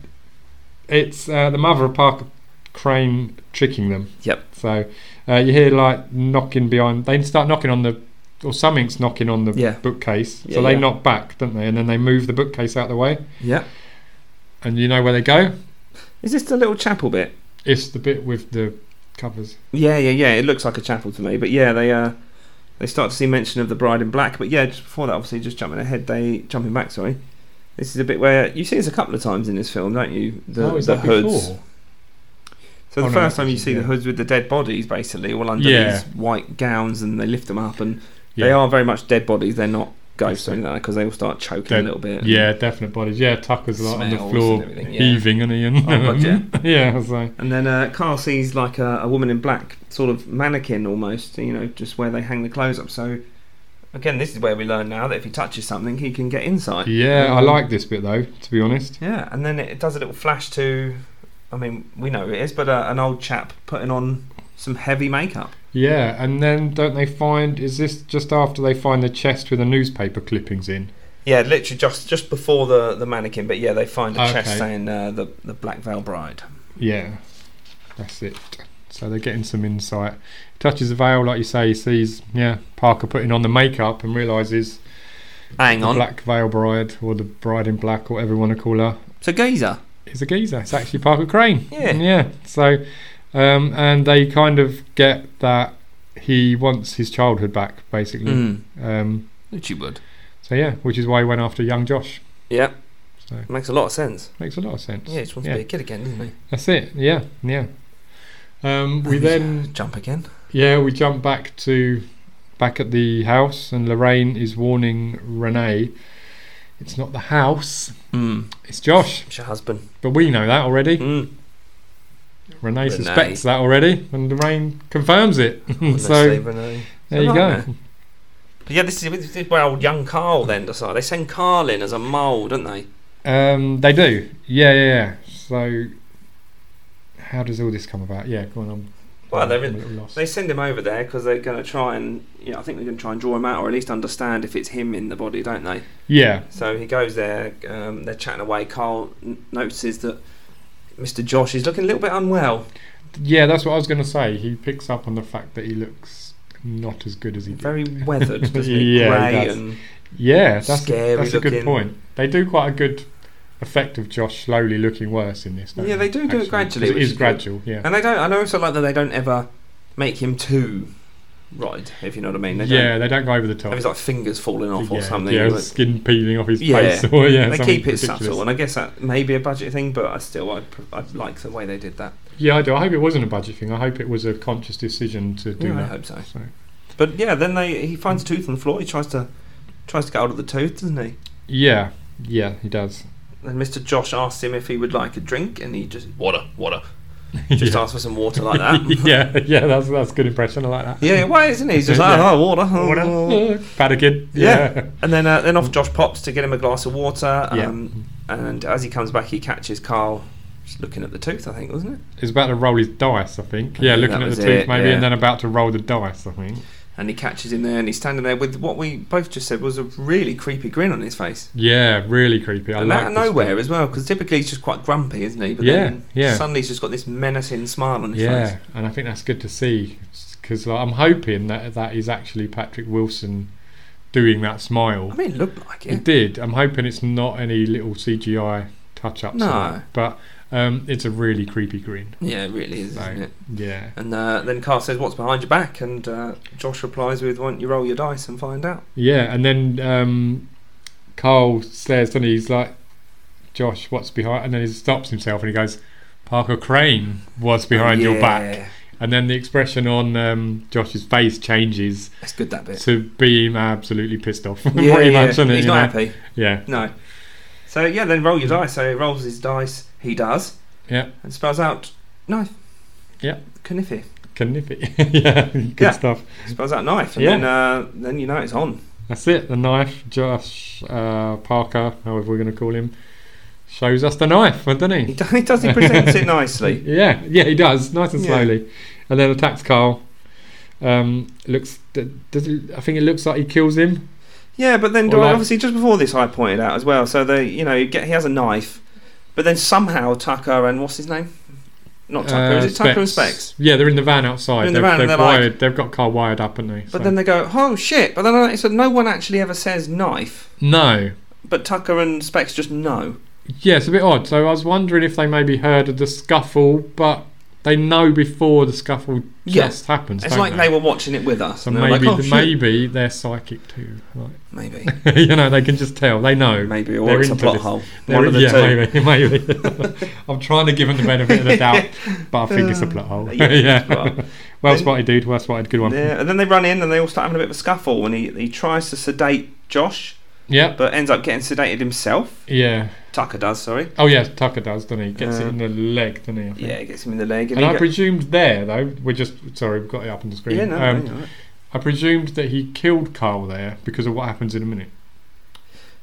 it's uh, the mother of Parker Crane tricking them.
Yep.
So uh, you hear like knocking behind. They start knocking on the, or something's knocking on the
Yeah.
bookcase.
Yeah,
so they
yeah.
knock back, don't they? And then they move the bookcase out the way.
Yeah.
And you know where they go?
Is this the little chapel bit?
It's the bit with the covers.
Yeah, yeah, yeah. It looks like a chapel to me, but yeah, they uh, they start to see mention of the bride in black. But yeah, just before that, obviously, just jumping ahead, they jumping back. Sorry, this is a bit where you see this a couple of times in this film, don't you? The,
oh, is
the
that
hoods.
before?
So the
Oh, no,
first
that
time you
was-
see the
yeah.
hoods with the dead bodies, basically, all under
Yeah.
these white gowns, and they lift them up, and
Yeah.
they are very much dead bodies. They're not ghosts or
Yes,
anything like that because they all start choking
Dead-
a little bit.
Yeah, definite bodies. Yeah, Tucker's like on the
Smells
floor
and everything, yeah.
heaving, and he and
Oh, God, yeah.
*laughs* yeah, so
And then uh, Carl sees like a, a woman in black, sort of mannequin almost, you know, just where they hang the clothes up. So, again, this is where we learn now that if he touches something, he can get inside.
yeah, I
Um,
like this bit though. To be honest,
Yeah, and then it does a little flash to, I mean, we know who it is, but uh, an old chap putting on some heavy makeup.
yeah. And then don't they find? Is this just after they find the chest with the newspaper clippings in?
Yeah, literally just just before the the mannequin, but yeah, they find a
Okay.
chest saying uh, the the Black Veil Bride.
Yeah, that's it. So they're getting some insight. Touches the veil, like you say. He sees yeah Parker putting on the makeup and realizes
Hang
the
on,
Black Veil Bride or the Bride in Black, or whatever you want to call her,
so geezer.
is a geezer. It's actually Parker Crane.
Yeah.
Yeah. So, um, and they kind of get that he wants his childhood back, basically.
Mm,
Um,
which you would.
so, yeah, which is why he went after young Josh.
Yeah,
So,
makes a lot of sense.
makes a lot of sense.
Yeah, he just wants to be a kid again, doesn't he?
That's it. Yeah. Yeah. Um, we then,
jump again.
yeah, we jump back to back at the house, and Lorraine is warning Renee it's not the house,
Mm.
it's Josh.
It's
*laughs*
your husband.
But we know that already.
Mm.
Renee,
Renee.
suspects that already, and Lorraine confirms it. *laughs*
Honestly,
so
Renee.
there you
Nightmare.
go.
But yeah, this is, this is where old young Carl then decide. They send Carl in as a mole, don't they?
Um, they do. Yeah, yeah, yeah. So how does all this come about? Yeah, go on. I'm,
Well, they're
I'm
in-
a little lost.
They send him over there because they're going to try and, you know, I think they're going to try and draw him out or at least understand if it's him in the body, don't they?
yeah,
So he goes there. Um, they're chatting away. Carl n- notices that Mr. Josh is looking a little bit unwell.
yeah. That's what I was going to say. He picks up on the fact that he looks not as good as he did.
Very weathered,
*laughs*
doesn't he?
Yeah, he
Grey
does.
and
yeah, that's
scary
that's a good
looking.
point. They do quite a good effect of Josh slowly looking worse in this. Don't
Yeah, they do do
actually?
it
'Cause
gradually,
It
which
is
is good.
gradual. Yeah.
and they don't. I also like that they don't ever make him too right, if you know what I mean. They
yeah, they don't go over the
don't
top.
have his like fingers falling off
yeah,
or something.
yeah,
but-
skin peeling off his
Yeah.
face. Or, yeah,
they
something
keep it
ridiculous.
subtle, and I guess that may be a budget thing, but I still I, pr- I like the way they did that.
Yeah, I do. I hope it wasn't a budget thing. I hope it was a conscious decision to do
Yeah, I
that.
hope so.
So,
But yeah, then they he finds a tooth on the floor. He tries to tries to get hold of the tooth, doesn't he?
yeah, yeah, he does.
And Mr. Josh asks him if he would like a drink, and he just water, water.
*laughs*
Just
yeah.
asks for some water like that.
*laughs* yeah, yeah, that's that's a good impression. I like that.
yeah, why isn't he? He's just like,
Yeah.
oh, water. oh,
What
oh."
a- Vatican.
Yeah.
Yeah.
And then uh, then off Josh pops to get him a glass of water.
Yeah.
Um, And as he comes back, he catches Carl just looking at the tooth, I think, wasn't it?
He's about to roll his dice, I think.
I
Yeah,
think
looking
that
at the
was
tooth
it,
maybe,
yeah.
and then about to roll the dice, I think.
And he catches him there, and he's standing there with what we both just said was a really creepy grin on his face.
Yeah, really creepy. I
and
like
out of
this
nowhere
bit.
as well, because typically he's just quite grumpy, isn't he? But
Yeah,
then
yeah.
suddenly he's just got this menacing smile on his
Yeah,
face.
and I think that's good to see because like, I'm hoping that that is actually Patrick Wilson doing that smile.
I mean, it looked like
It
it.
did. I'm hoping it's not any little CGI touch ups.
No.
But um, it's a really creepy grin.
Yeah, it really is,
Right.
isn't it?
Yeah.
And uh, then Carl says, What's behind your back? And uh, Josh replies with, Why don't you roll your dice and find out?
Yeah. And then um, Carl stares doesn't he? he's like, Josh, what's behind? And then he stops himself and he goes, Parker Crane was behind your back. And then the expression on um, Josh's face changes
It's good that bit.
to being absolutely pissed off. *laughs* pretty much, isn't it?
He's
you
not
know?
happy.
Yeah.
No. So yeah, then roll your dice. So he rolls his dice. He does.
Yeah.
And spells out knife.
Yeah.
Kniffy.
Kniffy. *laughs* yeah. Good
Yeah.
stuff.
Spells out knife. And
Yeah.
then, uh, then you know it's on.
That's it. The knife, Josh uh, Parker, however we're going to call him, shows us the knife, doesn't
He
he?
does. He, does, he
*laughs*
presents it nicely.
Yeah, yeah, he does, nice and
Yeah.
slowly, and then attacks Carl. Um, looks, d- does it, I think it looks like he kills him.
Yeah, but then
Well,
Doyle-
that-
obviously just before this, I pointed out as well. So they, you know, you get he has a knife, but then somehow Tucker and what's his name? Not Tucker.
Uh,
is it Tucker and Specs?
Yeah, they're in the van outside.
They're in the
they've,
van and
they've
they're like-
wired, they've got Carl wired up, haven't they?
But then they go, oh shit! But then I so no one actually ever says knife,
no,
but Tucker and Specs just know.
yeah, it's a bit odd. So I was wondering if they maybe heard of the scuffle, but they know before the scuffle
Yeah.
just happens.
It's
don't
like they were watching it with us.
So
and they were
maybe,
like, oh, shit."
maybe they're psychic too. Like, *laughs*
maybe.
you know, they can just tell. They know.
Maybe,
They're
or it's a
into
plot
this.
hole.
They're-
One of the
yeah,
two.
maybe, *laughs* maybe. I'm trying to give them the benefit of the doubt, but I think it's a plot hole.
*laughs* Yeah,
*laughs* yeah.
it's a plot hole.
well
Then-
spotted, dude. Well spotted. Good one.
Yeah, and then they run in and they all start having a bit of a scuffle. And he, he tries to sedate Josh,
Yep.
but ends up getting sedated himself.
Yeah.
Tucker does, sorry.
Oh yeah, Tucker does, doesn't he? Gets
Uh,
it in the leg, doesn't he? I think.
Yeah, it gets him in the leg.
And
And, he
I
go-
presumed there though, we're just sorry, we've got it up on the screen.
yeah, no, no,
um,
you're right.
I presumed that he killed Carl there because of what happens in a minute.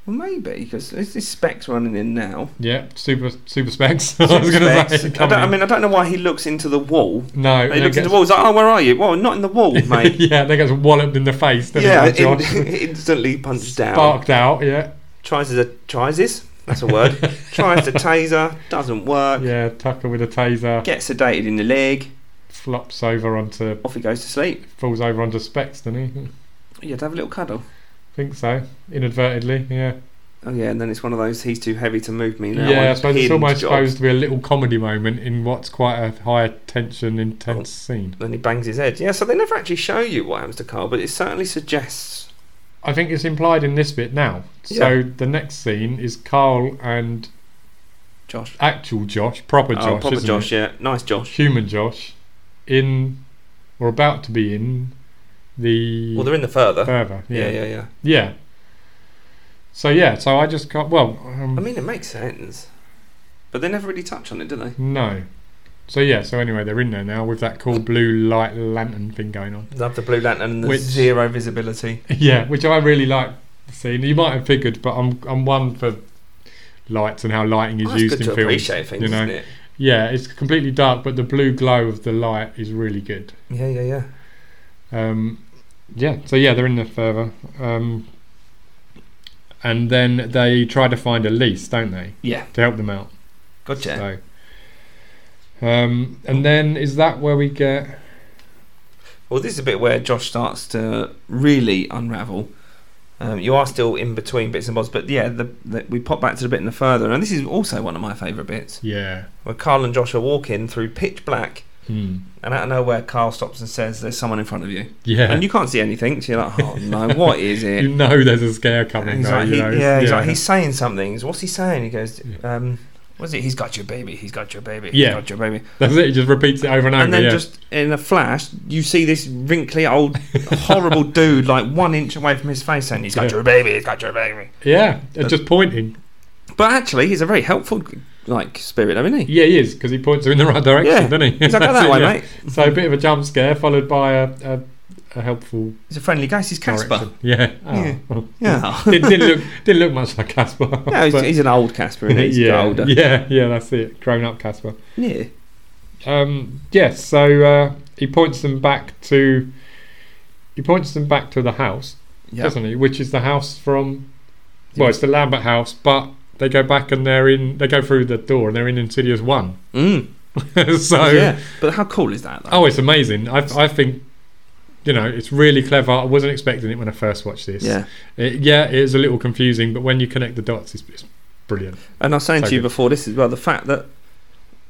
Well, maybe because his specs running in now.
Yeah, super super specs. *laughs* I was going to
Specs.
say.
I,
come
don't, I
in.
mean, I don't know why he looks into the wall.
no,
He
no, gets-
looks into the wall. He's like, "Oh, where are you? Well, not in the wall, mate."
*laughs* yeah, they gets walloped in the face. Doesn't
yeah,
it, by Josh?
*laughs* in- instantly punched down.
Sparked out. Yeah,
Tries to tries this. That's
*laughs*
a word. tries to taser. Doesn't work.
yeah. Tucker with a taser
Gets sedated in the leg.
flops over onto,
Off he goes to sleep.
falls over onto Specs, doesn't he? *laughs*
You'd have a little cuddle.
Think so, inadvertently. Yeah,
Oh yeah, and then it's one of those he's too heavy to move me now.
yeah. I
I'm
suppose it's
pinned
almost
job.
supposed to be a little comedy moment in what's quite a high tension, intense scene.
Then he bangs his head. Yeah, so they never actually show you what happens to Carl, but it certainly suggests.
I think it's implied in this bit now. So the next scene is Carl and
Josh.
actual Josh, proper Josh,
oh, proper
isn't
Josh. Yeah, nice
it?
Josh.
Human Josh, in or about to be in the
Well, they're in the further.
further.
yeah, yeah, yeah.
Yeah. So yeah, so I just got well. Um,
I mean, it makes sense, but they never really touch on it, do they?
no. So yeah, so anyway, they're in there now with that cool blue light lantern thing going on.
Love the blue lantern and
the Which-
zero visibility.
*laughs* Yeah, which I really like the scene. You might have figured, but I'm I'm one for lights and how lighting is
Oh, it's
used
good to
in films.
appreciate things,
you know.
isn't it?
Yeah, it's completely dark, but the blue glow of the light is really good.
Yeah, yeah, yeah.
Um, yeah, so yeah, they're in there further, um, and then they try to find Elise, don't they,
Yeah,
to help them out.
gotcha.
So, um, and then is that where we get?
Well, this is a bit where Josh starts to really unravel. Um, you are still in between bits and bobs, but yeah, the, the, we pop back to the bit in the further, and this is also one of my favourite bits,
Yeah.
where Carl and Josh are walking through pitch black, and out of nowhere, Carl stops and says, "There's someone in front of you,"
Yeah.
and you can't see anything. So you're like, "Oh no, what is
*laughs* You
it?"
know there's a scare
And
coming.
he's
though,
like,
you
he-
know,
"Yeah, he's like, he's saying something. He's, What's he saying?" He goes,
Yeah.
um, "Was it? He's got your baby. He's got your baby.
Yeah.
He's got your baby."
That's it. He just repeats it over and over.
and then
yeah.
just in a flash, you see this wrinkly
*laughs*
old, horrible dude, like one inch away from his face, saying, "He's got
Yeah.
your baby, he's got your baby."
yeah, and just pointing.
But actually, he's a very helpful, like spirit, though, isn't he?
Yeah, he is because he points her in the right direction,
Yeah,
doesn't he?
He's like,
*laughs*
"Go
That's
that
it,
way,
yeah.
mate."
So a bit of a jump scare followed by a, a, a helpful
He's a friendly guy. He's Casper.
direction. Yeah.
Yeah.
Oh.
Yeah,
*laughs* didn't, didn't look didn't look much like Casper.
*laughs* no, he's,
but-
he's an old Casper, and he's
*laughs* yeah,
older.
yeah, yeah. That's it. Grown up Casper.
Yeah.
Um, yes, so uh, he points them back to he points them back to the house,
yeah.
doesn't he? Which is the house from well, it's the Lambert house, but they go back and they're in they go through the door and they're in Insidious One. *laughs*
Mm.
so
yeah. But how cool is that? Though?
oh, it's amazing. I I think you know it's really clever. I wasn't expecting it when I first watched this.
yeah.
it, yeah, it is a little confusing, but when you connect the dots, it's, it's brilliant.
And I was saying
So
to you
good.
before this as well, the fact that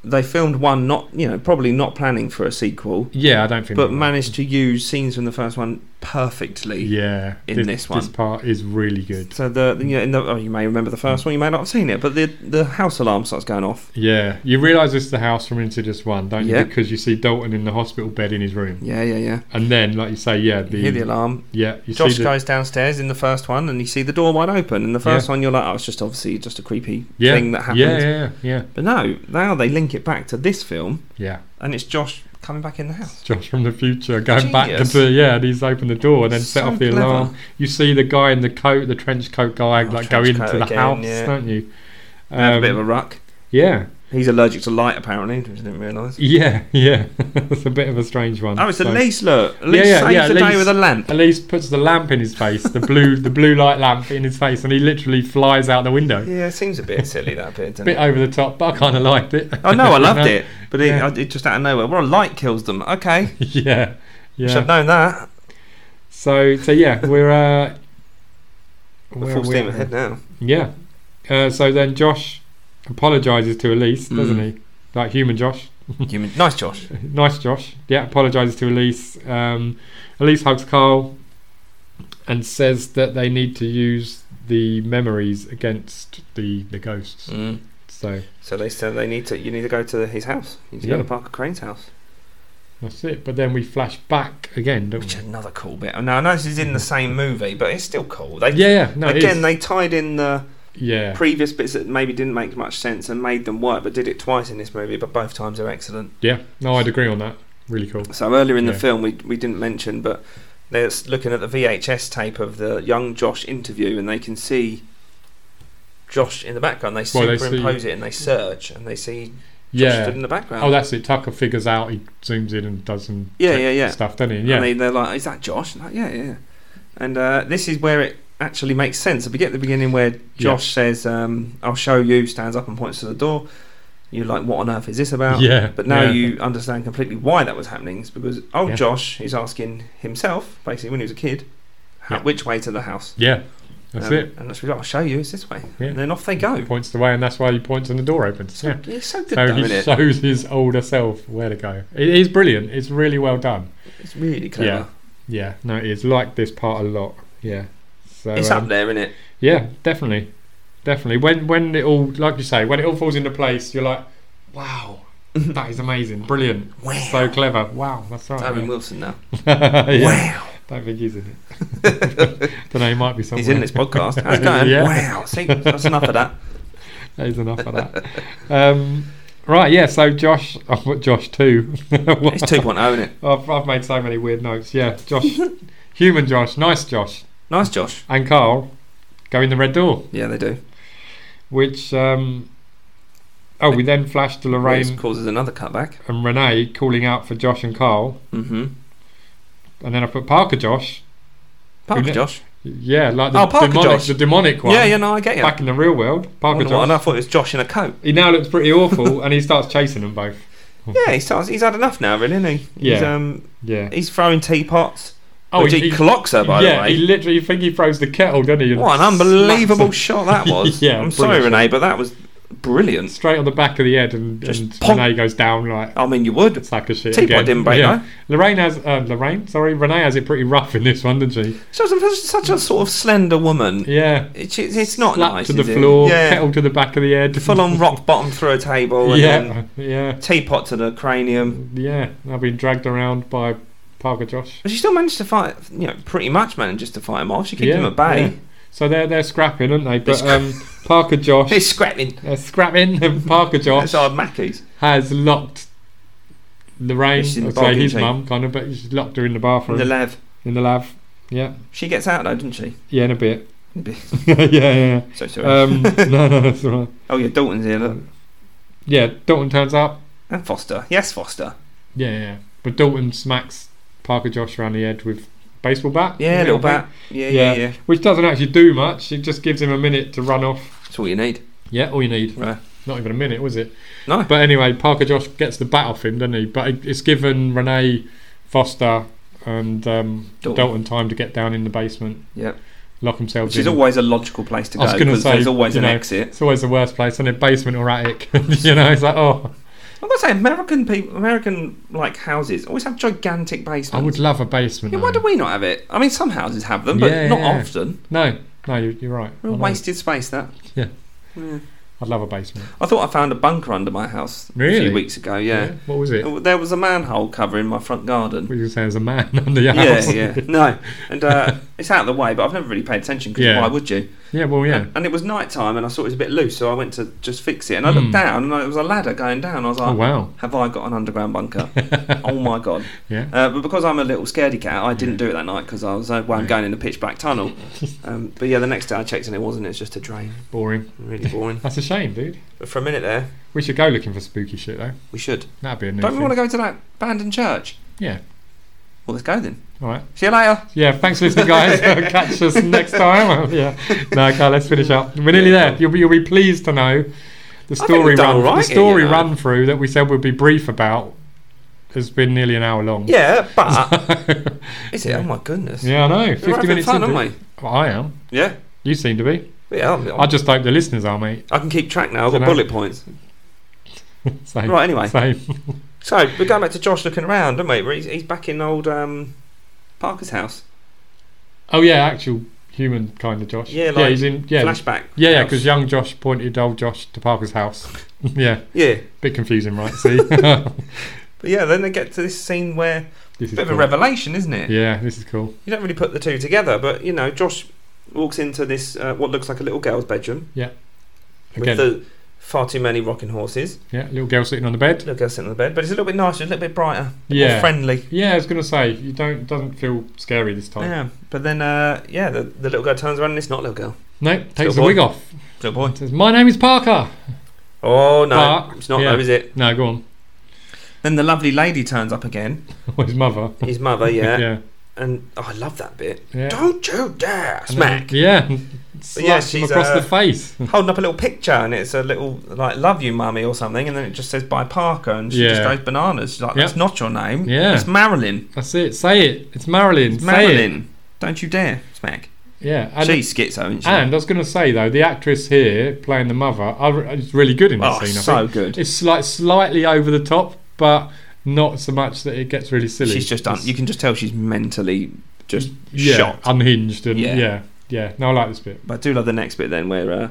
they filmed one not you know probably not planning for a sequel,
Yeah, I don't think.
but
they will.
managed to use scenes from the first one perfectly.
yeah,
in
this,
this
this
one.
part is really good.
So the you know in the, oh, you may remember the
Mm.
first one, you may not have seen it, but the the house alarm starts going off.
Yeah, you realise it's the house from Insidious One, don't you?
Yeah.
Because you see Dalton in the hospital bed in his room,
Yeah, yeah, yeah.
and then, like you say, yeah, the,
You hear the alarm.
yeah, you
Josh
see the,
goes downstairs in the first one, and you see the door wide open. In the first one, you're like, "Oh, it's just obviously just a creepy
yeah,
thing that happened."
yeah, yeah, yeah,
But no, now they link it back to this film,
yeah.
and it's Josh coming back in the house.
Josh from the future going back to
Genius.
the yeah, and he's opened the door and then set
So
off the
clever.
alarm. You see the guy in the coat, the trench coat guy,
Oh,
like go
trench
into
coat
the
again,
house,
yeah.
don't you?
Have a
Um,
bit of a ruck.
yeah,
He's allergic to light, apparently. which I didn't realise.
yeah, yeah. *laughs* That's a bit of a strange one.
Oh, it's
So-
Elise, look. Elise
yeah,
saves
yeah,
the
Elise.
day with a lamp.
Elise puts the lamp in his face, the blue, the blue light lamp in his face, and he literally flies out the window.
Yeah, it seems a bit silly, that bit, doesn't
Bit
it?
over the top, but I kind of liked it. *laughs*
Oh, no, I loved
You
it. But it,
Yeah.
I- it just out of nowhere. Well, a light kills them. Okay.
know? Yeah,
Should
yeah.
have known that.
So, so yeah, we're uh,
We're
where
full
are we
steam
at? *laughs*
ahead now.
Yeah. Uh, so then Josh apologises to Elise, doesn't
Mm.
he? Like human Josh. *laughs*
Human. Nice, Josh.
nice Josh. Yeah, apologises to Elise. Um, Elise hugs Carl and says that they need to use the memories against the, the ghosts.
Mm.
So
So they said they need to. You need to go to his house. You need to
Yeah.
go to Parker Crane's house.
that's it. But then we flash back again, don't
Which *laughs* is
we?
another cool bit. Now I know this is in the same movie, but it's still cool. They,
Yeah, yeah. No, it
again,
is.
they tied in the
yeah.
previous bits that maybe didn't make much sense and made them work, but did it twice in this movie. But both times are excellent.
yeah. No, I'd agree on that. Really cool.
So earlier in the
Yeah.
film, we we didn't mention, but they're s- looking at the VHS tape of the young Josh interview, and they can see Josh in the background. They
Well, they
superimpose it and they search, and they see Josh
Yeah.
stood in the background.
Oh, that's it. Tucker figures out. He zooms in and does some
Yeah,
tech
yeah, yeah.
stuff, doesn't he? Yeah.
And they, they're like, "Is that Josh?" And like, yeah, yeah. And uh, this is where it actually makes sense. I forget the beginning where Josh says, um, "I'll show you," stands up and points to the door. You're like, "What on earth is this
*laughs*
about?"
yeah.
But now
yeah.
you understand completely why that was happening. It's because old
Yeah.
Josh is asking himself, basically when he was a kid, how,
Yeah.
which way to the house.
Yeah. That's
Um,
it.
And that's what I'll show you. It's this way.
Yeah.
And then off they go.
points the way, and that's why he points and the door opens.
So,
Yeah.
It's so good,
So
though,
he
isn't it?
shows his older self where to go. It is brilliant. It's really well done.
It's really clever.
Yeah, no, it is. Like this part a lot. Yeah. So
it's
um,
up there, isn't it?
yeah, definitely, definitely. When when it all, like you say, when it all falls into place, you're like,
*laughs*
wow, that is amazing, brilliant,
Wow.
so clever. Wow, that's right.
Owen Wilson now.
Oh, *laughs* yeah,
Wow.
don't think he's in it.
*laughs*
*laughs* Don't know. He might be somewhere.
He's in this
*laughs*
podcast. How's it going?
Yeah.
Wow. See, that's enough of
*laughs*
that.
That is enough of that. Um, right, yeah. So Josh, I've put Josh too. *laughs*
It's 2.0, isn't it?
I've, I've made so many weird notes. Yeah, Josh,
*laughs*
human Josh, nice Josh,
Nice, Josh.
and Carl go in the red door,
Yeah, they do.
which. Um, oh, we then flash to
Rain
Lorraine
causes another cutback.
and Renee calling out for Josh and Carl,
Mm-hmm.
and then I put Parker Josh.
Parker
kn-
Josh.
Yeah, like the
Oh, Parker
demonic,
Josh.
the demonic one.
Yeah, yeah, no, I get you.
Back in the real world, Parker
Wonder what-
Josh.
And I thought it was Josh in a coat.
He now looks pretty awful, and he starts chasing them both.
Yeah, he starts, he's had enough now, really, isn't he? He's,
Yeah.
um,
Yeah.
he's throwing teapots.
Oh,
Oh, which
he-
he,
he-
clocks her, by
yeah,
the way.
he literally. You think he throws the kettle, doesn't he? and
what an
slaps
unbelievable
him *laughs*
shot that was.
Yeah,
I'm sorry,
brilliant.
Renee, but that was brilliant.
Straight on the back of the head, and,
Just
and
pop.
Renee goes down like
I mean, you would.
a sack of shit.
Teapot
again.
didn't break,
yeah. Lorraine has uh, Lorraine. Sorry, Renee has it pretty rough in this one, doesn't she?
She was such a sort of slender woman.
Yeah,
It's, it's, it's not
slap
nice.
to the
is it?
floor,
Yeah.
kettle to the back of the head,
*laughs*
*laughs*
Full on rock bottom through a table and then
yeah, yeah,
teapot to the cranium.
yeah. I've been dragged around by Parker Josh.
But she still managed to fight, you know, pretty much manages to fight him off. She kicked
Yeah,
him at bay.
yeah. So they're they're scrapping, aren't they? But
It's-
um, Parker
*laughs*
Josh,
He's scrapping.
they're scrapping. *laughs* and Parker Josh
That's our Mackey's.
has locked Lorraine,
She's in the
I'd say
bargain
his
chain.
mum, kind of, but she's locked her in the
From
bathroom,
the lav.
in the lab. Yeah,
She gets out though, didn't she?
yeah, in a bit. *laughs* yeah, yeah,
so sorry.
yeah.
*laughs*
Um, no, no, that's all right.
oh yeah, Dalton's here.
Mm.
Look.
Yeah, Dalton turns up.
And Foster. Yes, Foster.
Yeah, yeah. But Dalton smacks Parker Josh around the head with baseball bat.
Yeah,
I
little
think,
bat. Yeah, yeah, yeah.
Which doesn't actually do much. It just gives him a minute to run off.
That's all you need.
Yeah, all you need.
Right.
Not even a minute, was it?
No.
But anyway, Parker Josh gets the bat off him, doesn't he? But it- it's given Renee Foster and um, Dalton.
Dalton.
time to get down in the basement,
Yep.
lock themselves
Which is
in.
always a logical place to
I
go
was gonna
because
say,
there's always
you
an
know, *laughs*
exit.
it's always the worst place, in a basement or attic. you know, it's like, oh,
I've got to say, American people, American like houses always have gigantic basements.
I would love a basement.
Yeah, why
though.
do we not have it? I mean, some houses have them, but
Yeah,
not
yeah.
often.
No, no, you're, you're right. I
Real
know.
wasted space that.
Yeah.
Yeah.
I'd love a basement.
I thought I found a bunker under my house a
Really?
few weeks ago. Yeah.
What was it? What
There was a manhole cover in my front garden.
were you saying? There's a man *laughs* under your
Yeah,
house.
yeah. No, and uh, it's out of the way, but I've never really paid attention because
Yeah.
why would you?
*laughs* Yeah, Well, yeah.
And, and it was night time, and I saw it was a bit loose, so I went to just fix it. And I looked
Mm.
down, and there was a ladder going down. I was like,
Oh wow.
"Have I got an
*laughs*
underground bunker? Uh, *laughs* oh my god!"
Yeah.
Uh, but because I'm a little scaredy cat, I didn't do it that night because I was uh, well, I'm going in a pitch
*laughs*
black tunnel. Um, but yeah, the next day I checked and it wasn't. It's just a drain.
Boring. *laughs*
Really boring.
That's a shame, dude.
But for a minute there,
We should go looking for spooky shit though.
we should.
That'd be a new
Don't we
thing.
want to go to that abandoned church?
Yeah.
Well, let's go then.
All right.
See you later.
Yeah. Thanks for listening, guys.
*laughs*
Catch us next time. *laughs* yeah. No, okay. Let's finish up. We're nearly there. You'll be you'll be pleased to know the
think
story
we've
run
done all right
the
here,
story
you know.
run through that we said we'd be brief about has been nearly an hour *laughs* long.
Yeah, but is it? Oh my goodness.
yeah, I know.
We're
Fifty
having
minutes.
fun,
into
aren't
it- Well, I am.
we? Yeah.
You seem to be.
Yeah. I'm,
I just hope the listeners are, mate.
I can keep track now. I've got
Dunno.
bullet points.
Same.
Right, anyway.
Same.
So we're going back to Josh looking around, aren't we? Where He's, he's back in old um, Parker's house.
Oh yeah, actual human kind of Josh.
Yeah,
yeah,
like
he's in. Yeah,
Flashback.
yeah, yeah.
house.
Because young Josh pointed old Josh to Parker's house. *laughs* yeah,
yeah.
bit confusing, right? See, *laughs*
But yeah, then they get to this scene where
this is
it's a bit of a
cool.
revelation, isn't it?
Yeah, this is cool.
You don't really put the two together, but you know, Josh walks into this uh, what looks like a little girl's bedroom
Again,
with the far too many rocking horses.
yeah, little girl sitting on the bed.
Little girl sitting on the bed, but it's a little bit nicer, a little bit brighter, more
Yeah,
friendly.
yeah. I was gonna say you don't doesn't feel scary this time.
Yeah, but then uh, yeah, the, the little girl turns around and it's not a little girl,
No, takes the
boy.
wig off.
little boy.
Says, "My name is Parker."
Oh no,
But-
it's not
yeah.
though, is it?
No, go on. *laughs*
Then the lovely lady turns up again,
Or his mother.
his *laughs* mother, yeah,
yeah.
and oh, I love that bit.
yeah.
Don't you dare
And then-
smack!
Yeah.
But
Slaps
yeah,
him
she's,
across
uh,
the face.
holding up a little picture and it's a little like love you mummy or something and then it just says by Parker and she just
Yeah.
goes bananas She's like
Yep.
that's not your name
Yeah.
it's Marilyn
That's it. Say it. It's Marilyn.
it's
Say It.
Marilyn don't you dare smack
Yeah. And
she's schizo isn't she
And I was going to say though, the actress here playing the mother are, is really good in this
oh
scene. I
so
think.
good
It's like slightly over the top, but not so much that it gets really silly.
she's just un-
It's-
you can just tell she's mentally just
yeah,
shocked
unhinged, and
Yeah.
yeah. yeah, No, I like this bit.
but I do love the next bit then where uh,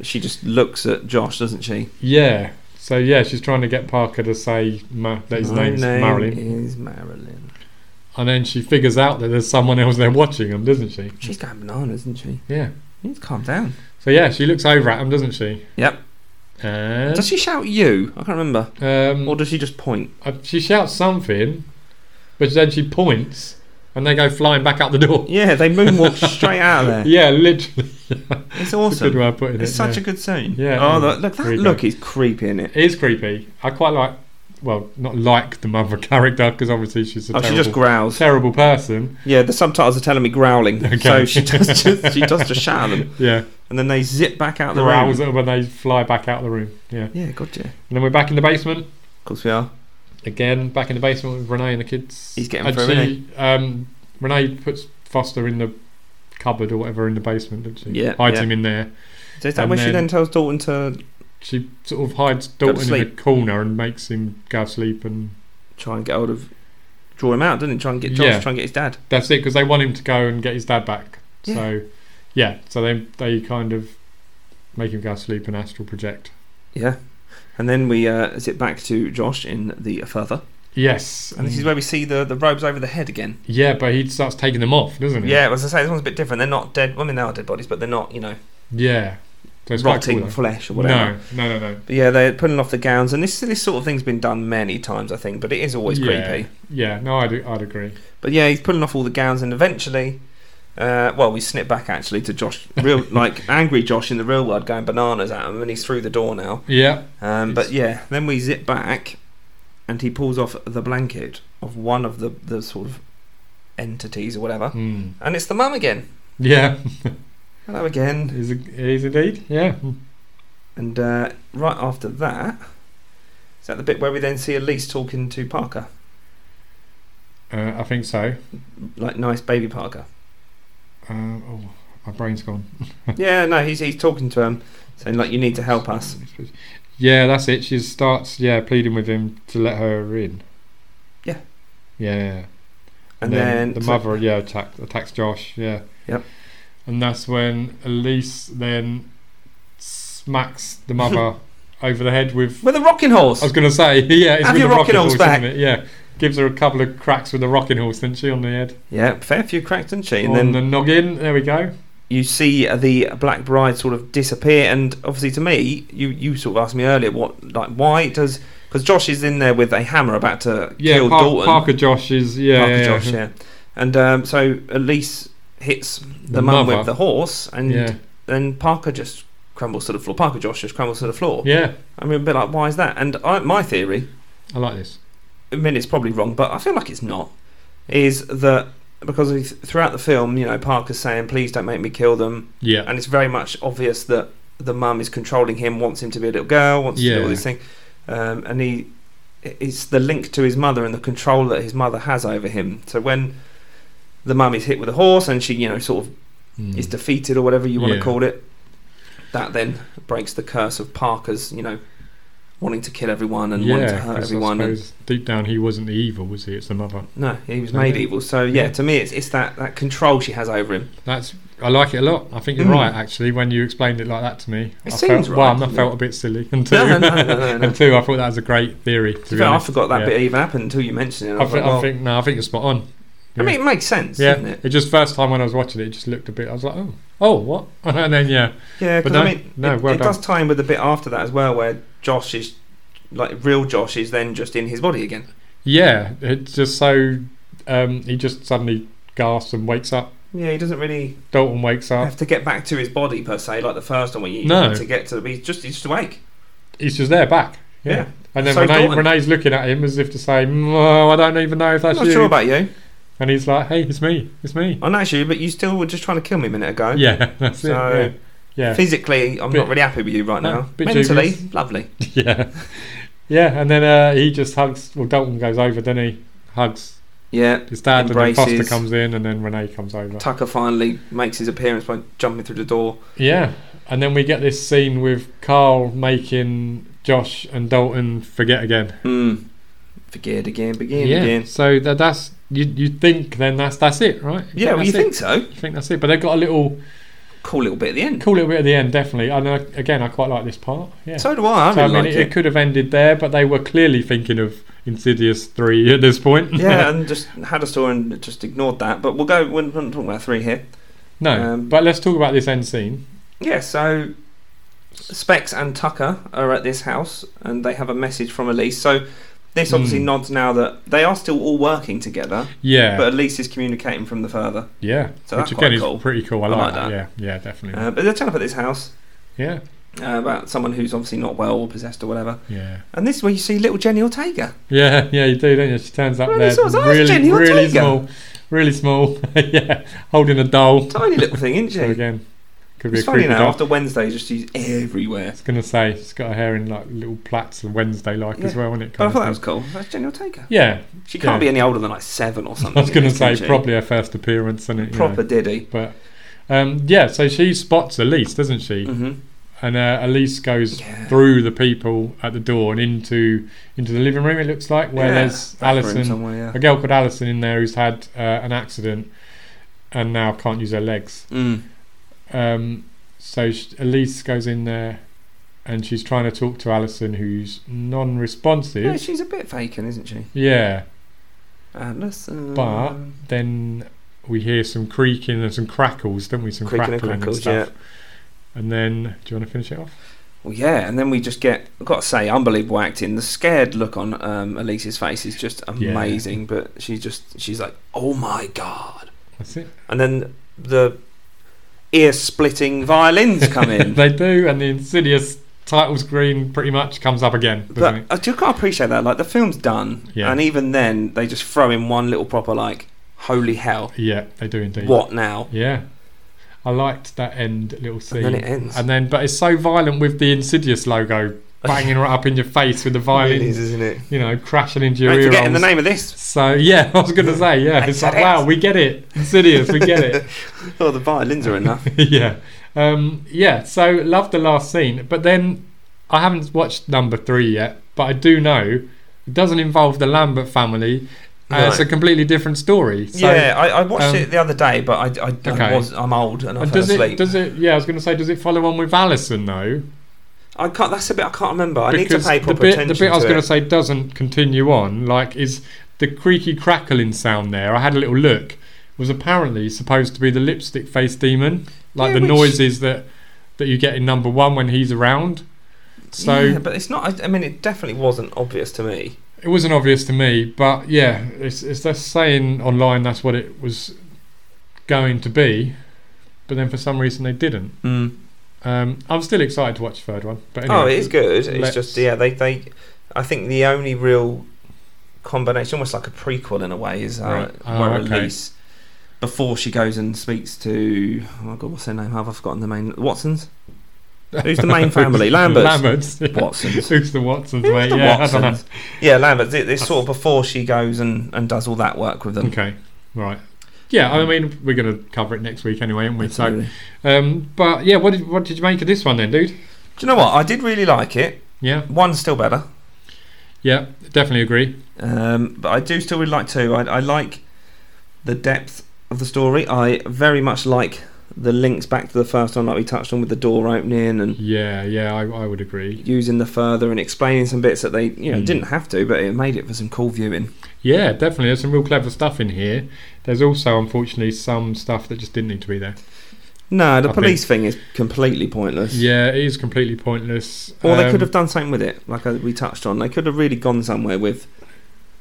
she just looks at Josh doesn't she
Yeah. So yeah, she's trying to get Parker to say ma- that his
My
name's
name
Marilyn,
is Marilyn
and then she figures out that there's someone else there watching them, doesn't she?
she's going bananas isn't she
Yeah.
you need to calm down
So yeah, she looks over at him, doesn't she?
Yep.
And
does she shout you I can't remember
um,
or does she just point
Uh, she shouts something, but then she points, and they go flying back out the door.
Yeah, they
*laughs*
moonwalk straight out of there.
Yeah, literally.
It's
That's a good
awesome.
way of putting
It's
it.
such
yeah.
a good scene.
Yeah.
Oh, look, look that
Creepy.
look is creepy in it.
It is creepy. I quite like. Well, not like the mother *laughs* character because obviously she's a
Oh, she
terrible,
just growls.
terrible person.
Yeah, the subtitles are telling me growling.
*laughs* Okay.
So she does just she does just shout at them,
Yeah,
and then they zip back out the
growls
room.
at her when they fly back out the room. Yeah, and
Yeah, gotcha. Of
then we're back in the basement
course we are.
again. Back in the basement with Renee and the kids.
He's getting
and
through, isn't
she, um, Renee puts Foster in the cupboard or whatever in the basement, doesn't she?
Yeah,
hides
yeah.
him in there.
So is that
And
where she
then-
then tells Dalton to
she sort of hides
to
Dalton in a
sleep.
corner and makes him go to sleep, and
try and get hold of, draw him out, doesn't it? Try and get Josh,
Yeah.
try and get his dad.
that's it because they want him to go and get his dad back.
Yeah.
So, yeah, so they they kind of make him go to sleep and astral project.
Yeah. And then we uh, zip back to Josh in the further,
Yes,
and this is where we see the the robes over the head again.
yeah, but he starts taking them off, doesn't he?
Yeah, as I say, this one's a bit different. They're not dead. I mean, they are dead bodies, but they're not, you know,
yeah. So it's quite
rotting
cool. though.
flesh or whatever.
No, no, no, no.
But yeah, they're pulling off the gowns, and this this sort of thing's been done many times, I think. But it is always
Yeah.
creepy.
Yeah, no, I'd, I'd agree.
But yeah, he's pulling off all the gowns, and eventually, uh, well, we snip back actually to Josh, real
*laughs*
like angry Josh in the real world, going bananas at him, and he's through the door now.
Yeah,
Um,
Yes.
but yeah, then we zip back, and he pulls off the blanket of one of the the sort of entities or whatever,
mm.
and it's the mum again.
yeah,
Hello again,
is is indeed. Yeah,
and uh, right after that. Is that the bit where we then see Elise talking to Parker?
uh, I think so.
Like, nice baby Parker.
*laughs* Uh, oh, my brain's gone.
Yeah, no, he's he's talking to him, saying like, "You need to help us."
Yeah, that's it. She starts, yeah, pleading with him to let her in.
Yeah.
Yeah. yeah.
And then,
the
so-
mother, yeah, attack, attacks Josh. Yeah.
Yep.
And that's when Elise then smacks the
*laughs*
mother over the head with.
with a rocking horse.
I was going to say, *laughs* yeah, it's
Have
with
your
the
rocking
rocking
horse
horse,
back.
isn't it? Yeah. Gives her a couple of cracks with the rocking horse, doesn't she, on the head?
yeah, fair few cracks, didn't she?
on
And then
the noggin. There we go.
you see uh, the black bride sort of disappear and obviously to me you you sort of asked me earlier what like why does because josh is in there with a hammer about to
Yeah,
kill
Par-
dalton
Parker Josh is yeah,
Parker
yeah, yeah.
josh yeah and um, so elise hits the,
The
mum with
mother.
the horse and
yeah,
then parker just crumbles to the floor parker josh just crumbles to the floor
yeah.
i mean a bit like why is that and I, my theory
I like this.
I mean, it's probably wrong, but I feel like it's not. Is that because he- throughout the film, you know, Parker's saying, "Please don't make me kill them,"
Yeah,
and it's very much obvious that the mum is controlling him, wants him to be a little girl, wants to do all
Yeah.
this thing, um, and he it's the link to his mother and the control that his mother has over him. So when the mum is hit with a horse and she, you know, sort of
Mm.
is defeated or whatever you want
Yeah.
to call it, that then breaks the curse of Parker's, you know, wanting to kill everyone and wanting to hurt
'cause I
everyone. and-
suppose deep down, he wasn't the evil, was he? It's the mother.
no, he was made
Okay.
evil. So yeah,
Yeah.
to me, it's it's that, that control she has over him.
That's I like it a lot. I think you're
Mm.
right actually when you explained it like that to me.
It
I
seems
felt,
right,
One, I
doesn't
felt
it?
a bit silly, *laughs* and two,
No, no, no, no, no.
*laughs* and two, I thought that was a great theory. To
To
be
I
honest,
forgot that
yeah.
bit even happened until you mentioned it. I,
I,
thought,
think,
well,
I think no, I think you're spot on.
I mean, it makes sense,
Yeah,
doesn't it?
it just first time when I was watching it, it just looked a bit. I was like, oh, oh, what? *laughs* And then yeah,
Yeah,
But
because I
no,
mean,
no,
it,
well
it does tie in with the bit after that as well, where Josh is like real Josh is then just in his body again.
yeah, it's just so um, he just suddenly gasps and wakes up.
Yeah, he doesn't really
Dalton wakes up.
have to get back to his body per se, like the first one where you
Uh. No.
to get to the. He's just he's just awake.
He's just there, back.
Yeah,
Yeah. And then
So
Renee,
Dalton-
Renee's looking at him as if to say, "Mm, oh, I don't even know if
I'm
that's
not
you.
sure about you.
and he's like, hey, it's me. It's me.
I know it's you, but you still were just trying to kill me a minute ago.
Yeah, *laughs* that's
So-
it. Yeah.
Physically, I'm not
Bit-
really happy with you right
No,
now.
bit
Mentally,
dubious.
lovely.
Yeah. *laughs* yeah. Yeah. And then uh, he just hugs, well, Dalton goes over, then he hugs
Yeah,
his dad, and then
Embraces.
Foster comes in, and then Renee comes over.
Tucker finally makes his appearance by jumping through the door.
Yeah, and then we get this scene with Carl making Josh and Dalton forget again.
Hmm. Forget again, begin
yeah,
again.
so that, that's you. You think then that's that's it, right?
Yeah, well, you
that's it.
think so?
You think that's it? But they've got a little
Cool little bit at the end.
cool little bit at the end, definitely. And I, again, I quite like this part. Yeah.
So do I. I
So, I
really
mean,
like
it, it
it.
could have ended there, but they were clearly thinking of Insidious three at this point.
yeah, and just had a story and just ignored that. But we'll go. We're not talking about three here.
*laughs* no,
um,
but let's talk about this end scene.
Yeah. So Specs and Tucker are at this house, and they have a message from Elise. So this obviously
Hmm.
nods now that they are still all working together,
Yeah,
but Elise is communicating from the further.
yeah.
So that's
Which
quite
again is
cool.
pretty cool. I,
I like
like,
that.
that. Yeah, yeah, definitely.
Uh, but they're turning up at this house
yeah,
uh, about someone who's obviously not well or possessed or whatever.
yeah.
And this is where you see little Jenny Ortega.
Yeah, *laughs* yeah, you do, don't you? She turns up
Really
there,
sort of nice,
really,
Jenny, I'll
really
take her.
small, really small. *laughs* yeah, holding a doll.
Tiny little
*laughs*
thing, isn't she?
So again, could be a
It's funny
creepy
now,
doll.
after Wednesday, just she's everywhere.
I was gonna say she's got her hair in like little plaits and Wednesday like as
Yeah.
well, isn't it?
But I
kind
thought
of
that was
thing?
cool. That's Jenny Ortega.
yeah,
She can't
Yeah.
be any older than like seven or
*laughs*
something.
I was gonna
is, can
say
she?
probably her first appearance, isn't it? you know?
Proper Diddy.
But um, yeah, so she spots Elise, doesn't she?
hmm
And uh, Elise goes
Yeah.
through the people at the door and into into the living room. It looks like where
Yeah,
there's
back room
Alison
somewhere,
a girl called Alison in there who's had uh, an accident and now can't use her legs.
yeah. Mm.
Um, so sh Elise goes in there and she's trying to talk to Alison, who's non-responsive.
Yeah, she's a bit faking, isn't she?
yeah.
Alison.
But- Then we hear some creaking and some crackles, don't we? Some
Creaking and
crackling and,
crackles,
stuff. And then, do you want to finish it off?
Well, yeah, and then we just get, I've got to say, unbelievable acting. The scared look on um, Elise's face is just
Yeah.
amazing, but she just, she's like, oh my god.
That's it.
And then the ear splitting violins
*laughs*
come in.
they do, and the insidious title screen pretty much comes up again. doesn't
But
it?
I do can't appreciate that. Like the film's done,
Yeah.
and even then they just throw in one little proper like, "Holy hell,
Yeah, they do indeed.
what now?"
Yeah. I liked that end little scene.
And then it ends.
And then, but it's so violent with the Insidious logo banging right up in your face with the
It
violin,
is, isn't it?
you know, crashing into
You
your ear
forgetting
holes.
the name of this
So yeah, *laughs* I was gonna say yeah. It's like wow, we get it, Insidious, we get it.
*laughs*
*laughs*
oh, the violins are enough.
yeah, um, yeah. So love the last scene, but then I haven't watched number three yet, but I do know it doesn't involve the Lambert family. Uh,
No.
It's a completely different story. So,
yeah, I, I watched
um,
it the other day, but I, I, I
Okay.
was I'm old and I
and
fell
does
asleep.
it? Does it? Yeah, I was going to say, does it follow on with Alison though?
I can't. That's a bit I can't remember. I need to pay proper
the bit,
attention
the bit I was
to
going
it.
to say doesn't continue on. Like, is the creaky crackling sound there? I had a little look. Was apparently supposed to be the lipstick face demon, like the
Yeah, which-
noises that that you get in number one when he's around. So
yeah, but it's not. I, I mean, it definitely wasn't obvious to me.
it wasn't obvious to me, but yeah, it's it's that saying online that's what it was going to be, but then for some reason they didn't. Um, I'm still excited to watch the third one, but anyway,
oh, it is good. It's
let's-
just yeah, they they. I think the only real combination, almost like a prequel in a way, is uh,
Right. Oh,
where
okay.
Elise before she goes and speaks to oh my god, what's her name? Have I forgotten the main Watsons? Who's the
*laughs*
main family? Lamberts.
Lamberts. *laughs* yeah.
Watsons.
Who's the Watsons,
Who's
mate?
the
yeah, I don't know.
Watsons? Yeah, Lambert. It- It's sort of before she goes and, and does all that work with them.
Okay, right. Yeah, I mean, we're going to cover it next week anyway, aren't we? So,
Absolutely.
um, but yeah, what did what did you make of this one then, dude?
Do you know what? I did really like it.
Yeah,
One's still better,
yeah, definitely agree.
um, but I do still really like two. I, I like the depth of the story. I very much like the links back to the first one, like we touched on with the door opening and
Yeah, yeah, I, I would agree.
using the further and explaining some bits that they you know
Mm.
didn't have to, but it made it for some cool viewing.
Yeah, definitely. There's some real clever stuff in here. There's also, unfortunately, some stuff that just didn't need to be there.
No, the
I
police thing is completely pointless.
Yeah, it is completely pointless.
Or they
Um,
could have done something with it, like uh, we touched on. They could have really gone somewhere with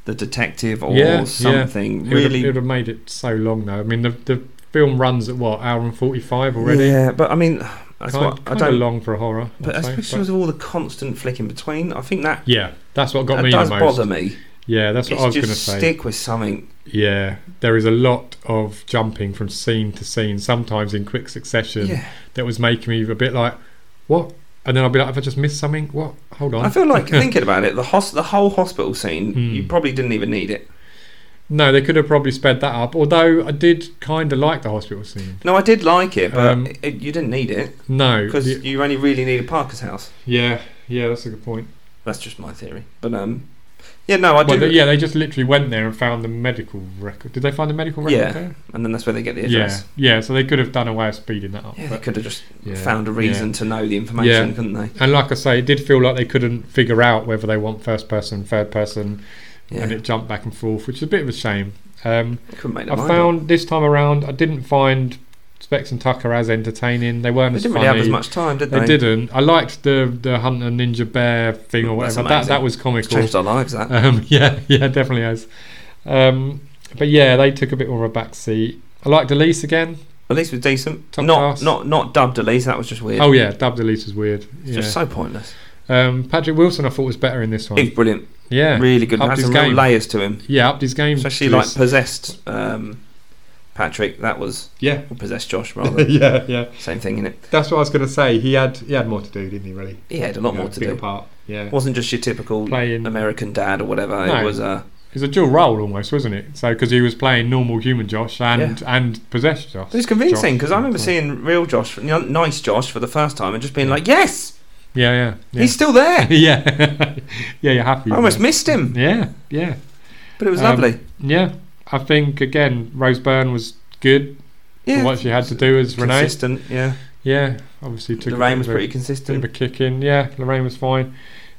the detective or
Yeah, yeah.
something.
It would, have,
Really,
it would have made it so long, though. I mean, the the film runs at what hour and forty five already.
Yeah, but I mean, that's
kind,
what I
kind
don't.
of long for a horror. I'd
but
say,
especially
but-
with all the constant flicking between, I think that,
yeah, that's what got
that
me
does
the most.
bother me.
Yeah, that's what
it's
I was going to
just
say.
stick with something.
Yeah, there is a lot of jumping from scene to scene, sometimes in quick succession.
Yeah,
That was making me a bit like, what? And then I'll be like, have I just missed something? What? Hold on.
I feel
*laughs*
like thinking about it, the hos- the whole hospital scene,
Mm.
you probably didn't even need it.
no, they could have probably sped that up. Although I did kind of like the hospital scene.
No, I did like it, but
Um,
it, you didn't need it
No,
because
the-
you only really needed Parker's house.
yeah, yeah, that's a good point.
That's just my theory. But um, yeah, no, I do.
Well, they- yeah, they just literally went there and found the medical record. Did they find the medical record
Yeah,
there?
and then that's where they get the
Yeah,
address.
yeah. So they could have done a way of speeding that up.
Yeah, they
but-
could have just
yeah,
found a
yeah.
reason to know the information,
Yeah.
couldn't they?
And like I say, it did feel like they couldn't figure out whether they want first person, third person,
Yeah,
and it jumped back and forth, which is a bit of a shame. Um,
couldn't make
I
their mind up.
found this time around, I didn't find Specs and Tucker as entertaining. They weren't
They
as
didn't
funny.
really have as much time, did
they,
they?
didn't. I liked the the Hunter Ninja Bear thing or
That's
whatever. That
amazing.
that was
It's
comical.
changed our lives. That
*laughs* Um, yeah, yeah, definitely has. Um, but yeah, they took a bit more of a back seat. I liked Elise again.
at least was decent.
Top
not
class.
not not dubbed Elise. That was just weird.
Oh yeah, dubbed Elise was weird.
It's
Yeah.
just so pointless.
um, Patrick Wilson, I thought was better in this
He was
one.
brilliant.
Yeah,
Really good.
Upped
Had
his
some real
game.
layers to him,
yeah, upped his game.
especially
to
like
this.
possessed um, Patrick. That was *laughs*
yeah,
or possessed Josh
*laughs*
rather.
yeah, yeah.
Same thing in it.
That's what I was going to say. He had he had more to do, didn't he? Really,
He had a lot
You know,
more to
bigger
do.
Part. Yeah,
It wasn't just your typical
playing. It
American dad or whatever. It
No.
was uh,
was a dual role almost, wasn't it? So because he was playing normal human Josh and and possessed Josh.
It was convincing because I
Josh.
remember seeing real Josh, you know, nice Josh, for the first time and just being like, "Yes,
Yeah, yeah, yeah.
he's still there."
*laughs* yeah, *laughs* yeah. You're happy.
I almost
yeah.
missed him,
Yeah, yeah,
but it was
Um,
lovely.
yeah. I think again, Rose Byrne was good
Yeah,
for what she had to do as Renee.
consistent. Yeah,
Yeah, obviously took a
Lorraine
bit
was
of a-
pretty
bit of
consistent.
a kick in. Yeah, Lorraine was fine.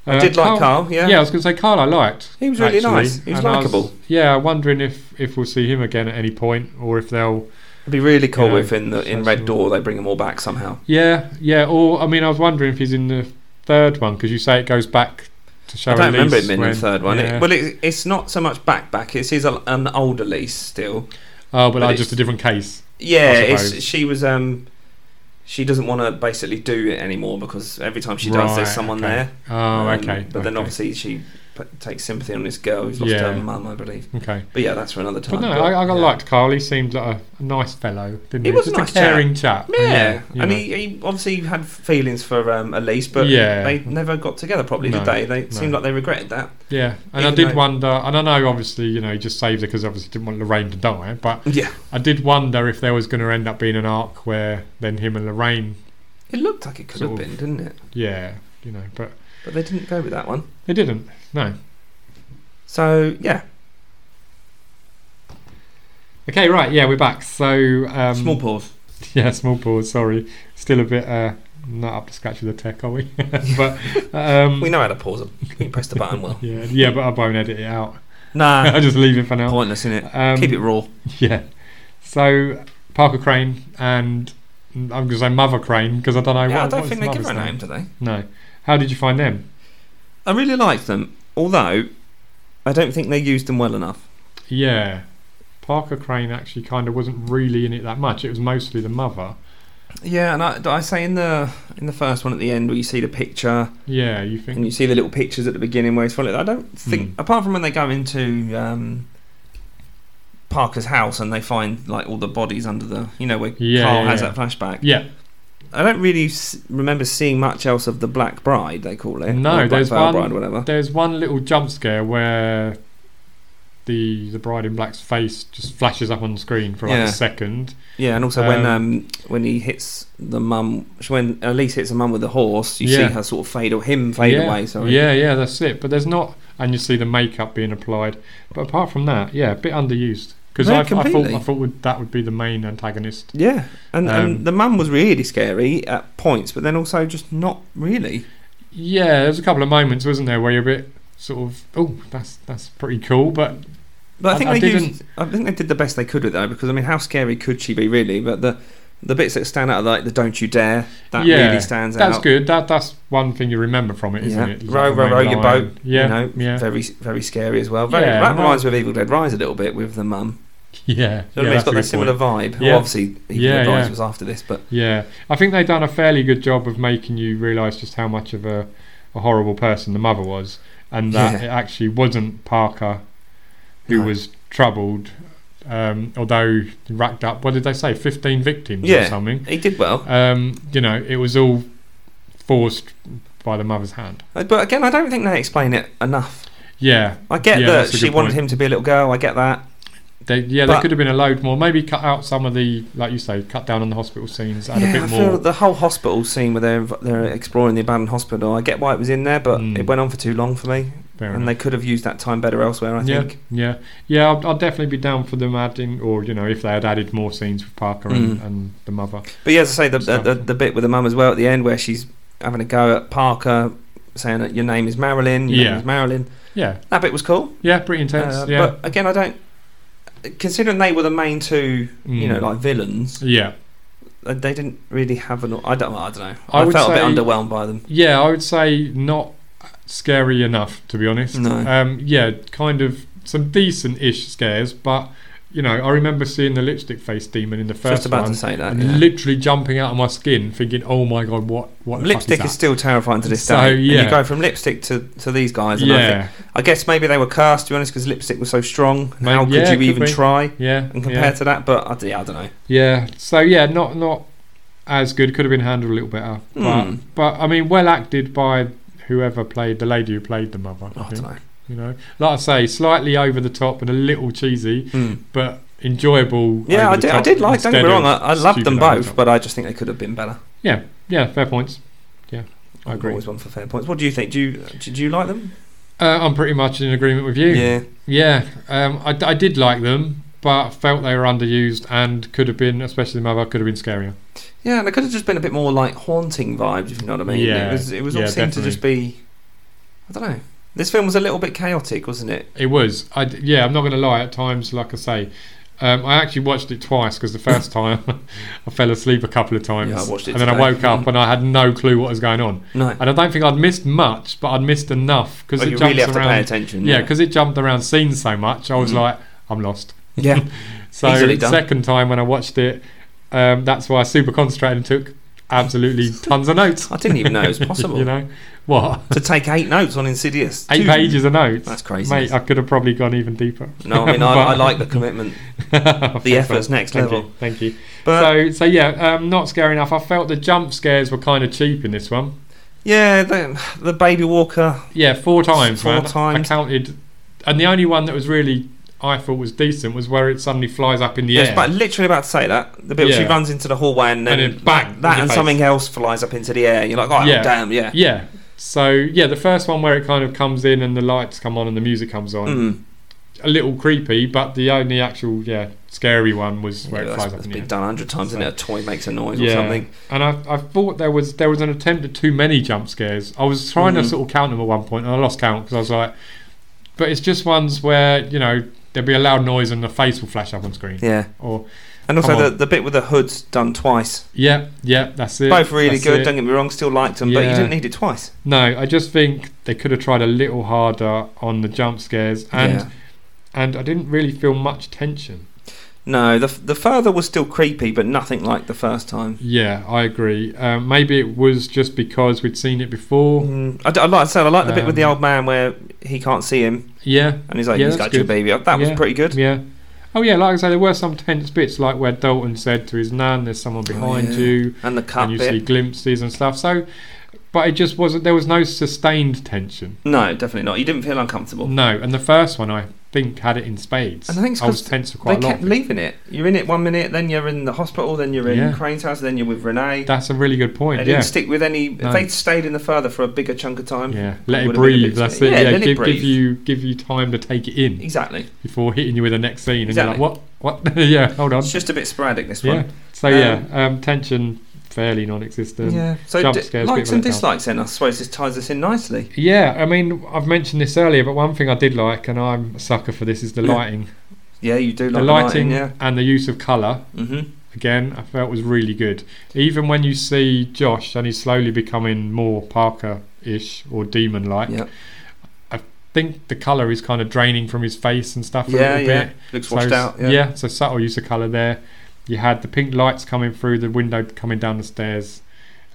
I
Uh,
did like Carl.
Yeah.
yeah,
I was going to say Carl. I liked.
He was really
actually,
nice. He was
and I
likeable.
Yeah, I'm wondering if if we'll see him again at any point, or if they'll.
It'd be really cool
You know,
if in the
social-
in Red Door they bring them all back somehow.
Yeah, yeah. Or I mean, I was wondering if he's in the third one because you say it goes back to show.
I don't remember
Elise
him in
when,
the third one.
Yeah.
It, well, it, it's not so much back back. It's his an older lease still.
oh, but,
but
like
it's-
just a different case.
Yeah,
I
it's,
suppose.
she was um, she doesn't want to basically do it anymore because every time she does,
Right,
there's someone
okay.
there.
Oh,
Um,
okay.
But then
okay,
obviously she p- takes sympathy on this girl who's lost
Yeah.
her mum, I believe.
Okay.
But yeah, that's for another time.
But no, I, I
yeah.
liked Carl. He seemed like a nice fellow, didn't
He
he?
was a
just
nice chap.
caring chap.
Yeah,
you
and
know.
he, he obviously had feelings for um, Elise, but
Yeah.
they never got together properly,
No,
did they? They
no.
seemed like they regretted that.
Yeah, and I
Even
did
though-
wonder, and I know obviously, you know, he just saved her because obviously didn't want Lorraine to die, but
Yeah,
I did wonder if there was going to end up being an arc where then him and Lorraine,
it looked like it could
Sort
have
of.
been, didn't it?
yeah, you know, but
But they didn't go with that one.
they didn't. No.
So yeah,
Okay, right. Yeah, we're back. So um, *laughs*
small pause.
Yeah, small pause. Sorry, still a bit uh, not up to scratch with the tech, are we? *laughs* but um,
We know how to pause them. We press the button well.
Yeah, yeah, but I won't edit it out. I'll
*laughs*
*laughs*
Nah,
just leave it for now.
*laughs* pointless in it.
Um,
Ah. Keep it raw.
Yeah. So Parker Crane and I'm going to say Mother Crane because I don't know.
Yeah, I
what-
don't
what's
think they give
Mother's
her a name, do they?
No. How did you find them?
I really liked them, although I don't think they used them well enough.
Yeah. Parker Crane actually kind of wasn't really in it that much. It was mostly the mother.
Yeah, and I, I say in the in the first one at the end where you see the picture
Yeah, you
and
think?
you see the little pictures at the beginning where it's full of. I don't think
Hmm.
apart from when they go into um, Parker's house and they find like all the bodies under the you know where
Yeah,
Carl
yeah,
has
yeah.
that flashback.
Yeah.
I don't really s- remember seeing much else of the Black Bride. They call it.
No,
or Black
there's
Veil
one-
Bride, whatever.
There's one little jump scare where the the bride in black's face just flashes up on the screen for like
Yeah.
a second.
Yeah, and also when
Um,
um, when he hits the mum, when Elise hits the mum with the horse, you
Yeah.
see her sort of fade or him fade
yeah.
away. Sorry.
Yeah, yeah, that's it. But there's not, and you see the makeup being applied. But apart from that, yeah, a bit underused because
No,
I, I thought I
completely.
thought would, that would be the main antagonist.
Yeah, and,
Um,
and the mum was really scary at points, but then also just not really.
Yeah, there's a couple of moments, wasn't there, where you're a bit sort of, oh, that's that's pretty cool, but
But
I-
I think
I
they
didn't-
used, I think they did the best they could with that because I mean, how scary could she be really? But the the bits that stand out are like the "Don't you dare" that
Yeah,
really stands
that's
out.
good. That that's one thing you remember from it, isn't
Yeah.
it?
Row,
the main
row, row your
line.
boat,
Yeah,
You know,
yeah,
very very scary as well. Very,
Yeah,
that
no.
reminds me of Evil Dead Rise a little bit with the mum.
*laughs* yeah.
So
yeah,
I mean, it's got
that's a
that
good point.
similar vibe.
Yeah.
Well, obviously, Evil
Yeah,
Dead Rise
yeah.
was after this, but
Yeah, I think they've done a fairly good job of making you realise just how much of a, a horrible person the mother was, and that
Yeah.
it actually wasn't Parker who
No.
was troubled, um, although he racked up, what did they say, 15 victims or
Yeah.
something.
he did well.
Um, you know, it was all forced by the mother's hand.
Uh, But again, I don't think they explain it enough.
Yeah,
I get
Yeah,
that
that's a
she
good
wanted
point.
him to be a little girl. I get that.
they, yeah, there
But-
could have been a load more. Maybe cut out some of the, like you say, cut down on the hospital scenes, add
yeah,
a bit
I
more.
feel the whole hospital scene where they're they're exploring the abandoned hospital. I get why it was in there, but
Mm.
it went on for too long for me,
Fair
and
enough.
they could have used that time better elsewhere. I
yeah,
think.
yeah, yeah. I'd, I'd definitely be down for them adding, or you know, if they had added more scenes with Parker and,
Mm.
and the mother.
But yeah, as I say, the the, the, the bit with the mum as well at the end where she's having a go at Parker, saying that your name is Marilyn. Your
Yeah.
name is Marilyn.
Yeah,
That bit was cool.
yeah, pretty intense.
Uh,
yeah,
But again, I don't. Considering they were the main two, you
Mm.
know, like villains,
yeah,
uh, they didn't really have an. I don't. I don't know.
I
I,
would
felt a bit
say-
underwhelmed by them.
yeah. I would say not scary enough, to be honest.
No.
Um, yeah, kind of some decent-ish scares, but you know, I remember seeing the lipstick face demon in the first
Just about
one.
to say that.
and
yeah.
literally jumping out of my skin, thinking, "Oh my god, what? What the
lipstick
fuck
is
is,
still terrifying to this
So,
day. And
yeah.
you go from lipstick to, to these guys.
that?"
And I, think,
Yeah,
I guess maybe they were cast, to be honest, because lipstick was so strong.
Mate, yeah,
How could you
could
even
be.
try
yeah.
and
yeah.
compare to that? But I, d- yeah, I don't know.
Yeah. So yeah, not not as good. Could have been handled a little better. But,
Hmm.
but I mean, well acted by whoever played the lady who played the mother. I
Oh, I
think,
don't know.
you know, like I say, slightly over the top and a little cheesy,
Hmm.
but enjoyable.
Yeah,
over
I
the
did, I
top
did like. Don't get
instead
me wrong.
of
I, I loved them
stupid over the
both,
top.
but I just think they could have been better.
yeah, fair points. Yeah, I
I'm
agree.
Always one for fair points. What do you think? Do you did you like them?
Uh, I'm pretty much in agreement with you.
Yeah.
Yeah, um, I, I did like them, but felt they were underused and could have been, especially the mother, could have been scarier.
Yeah, and it could have just been a bit more like haunting vibes, if you know what I mean.
Yeah,
It was. It was all
yeah,
seemed to just be. I don't know. This film was a little bit chaotic, wasn't it?
It was. I d yeah, I'm not going to lie. At times, like I say, um, I actually watched it twice because the first *laughs* time I fell asleep a couple of times,
Yeah, I watched it
and then I
today.
woke up and I had no clue what was going on.
No.
And I don't think I'd missed much, but I'd missed enough because Uh,
Well,
it
you
jumps
really have to pay
around.
attention.
Yeah, because it jumped around scenes so much. I was
Mm.
like, I'm lost.
*laughs* yeah.
So
Easily done.
second time when I watched it, um, that's why I super concentrated and took absolutely tons of notes.
I didn't even know it
*laughs*
was possible
you know what?
to take eight notes on Insidious.
Eight
Two.
pages of notes.
That's crazy.
Mate, I could have probably gone even deeper.
no, I mean I,
But- *laughs*
I like the commitment.
the
effort's next
Thank
level. Uh,
You, thank you.
But
so, so yeah, um, not scary enough. I felt the jump scares were kind of cheap in this one.
yeah, the, the baby walker.
Yeah, four times.
Four
man.
times.
I counted, and the only one that was really I thought was decent was where it suddenly flies up in the
Yeah.
air.
but literally about to say that the bit where she
Yeah.
runs into the hallway and then
And then bang, in
that
your
and
face.
something else flies up into the air. You're like, oh
Yeah.
damn, yeah.
yeah, So yeah, the first one where it kind of comes in and the lights come on and the music comes on,
Mm.
a little creepy. But the only actual yeah scary one was where
Yeah,
it
that's
flies up
that's
in the
been
air.
done a hundred times, and
So-
a toy makes a noise or
Yeah,
something.
and I, I thought there was there was an attempt at too many jump scares. I was trying
Mhm.
to sort of count them at one point, and I lost count because I was like, but it's just ones where you know there'll be a loud noise and the face will flash up on screen,
Yeah,
or
and
Come
also the,
on.
the bit with the hoods done twice.
yeah, yeah, that's it.
Both really
that's
good.
it.
Don't get me wrong, still liked them, but you
Yeah.
didn't need it twice.
No, I just think they could have tried a little harder on the jump scares, and
Yeah.
and I didn't really feel much tension.
no, the the further was still creepy, but nothing like the first time.
Yeah, I agree. Um, maybe it was just because we'd seen it before.
Mm, I, d- I like I said, I like the bit with the
Um,
old man where he can't see him,
Yeah,
and he's like,
yeah,
he's
that's
got your
good.
baby. That was
Yeah.
pretty good.
Yeah. Oh yeah, like I say, there were some tense bits, like where Dalton said to his nan, "There's someone behind
Oh, yeah.
you,"
And the cut
and you
bit.
see glimpses and stuff. So, but it just wasn't. There was no sustained tension.
No, definitely not. You didn't feel uncomfortable.
No, and the first one I think had it in spades.
And I think it's
was
'cause
tense for
They
quite a
kept
lot.
leaving it. You're in it one minute, then you're in the hospital, then you're in
Yeah.
Crane's house, then you're with Renee.
That's a really good
They
point.
didn't
Yeah.
stick with any.
No.
If they'd stayed in the further for a bigger chunk of time,
Yeah, let it
would've been a bit
breathe. That's
scary.
it.
Yeah,
Yeah,
let it
give,
breathe.
give you Um, give you time to take it in
exactly.
before hitting you with the next scene, and
Exactly.
you're like, "What? What? *laughs* yeah, hold on."
It's just a bit sporadic this
Yeah.
one.
So yeah, um, tension fairly non-existent.
yeah. So
jump
d-
scares, bit
likes
of a
and
letdown.
dislikes, then I suppose this ties us in nicely.
Yeah, I mean, I've mentioned this earlier, but one thing I did like, and I'm a sucker for this, is the
Yeah.
lighting.
Yeah, you do like
the lighting
yeah.
and the use of colour,
Mm-hmm.
again, I felt was really good. Even when you see Josh and he's slowly becoming more Parker ish or demon like,
Yeah.
I think the colour is kind of draining from his face and stuff a
Yeah,
little
yeah.
bit.
Looks
So
washed
s-
out. Yeah.
so subtle use of colour there. You had the pink lights coming through the window coming down the stairs,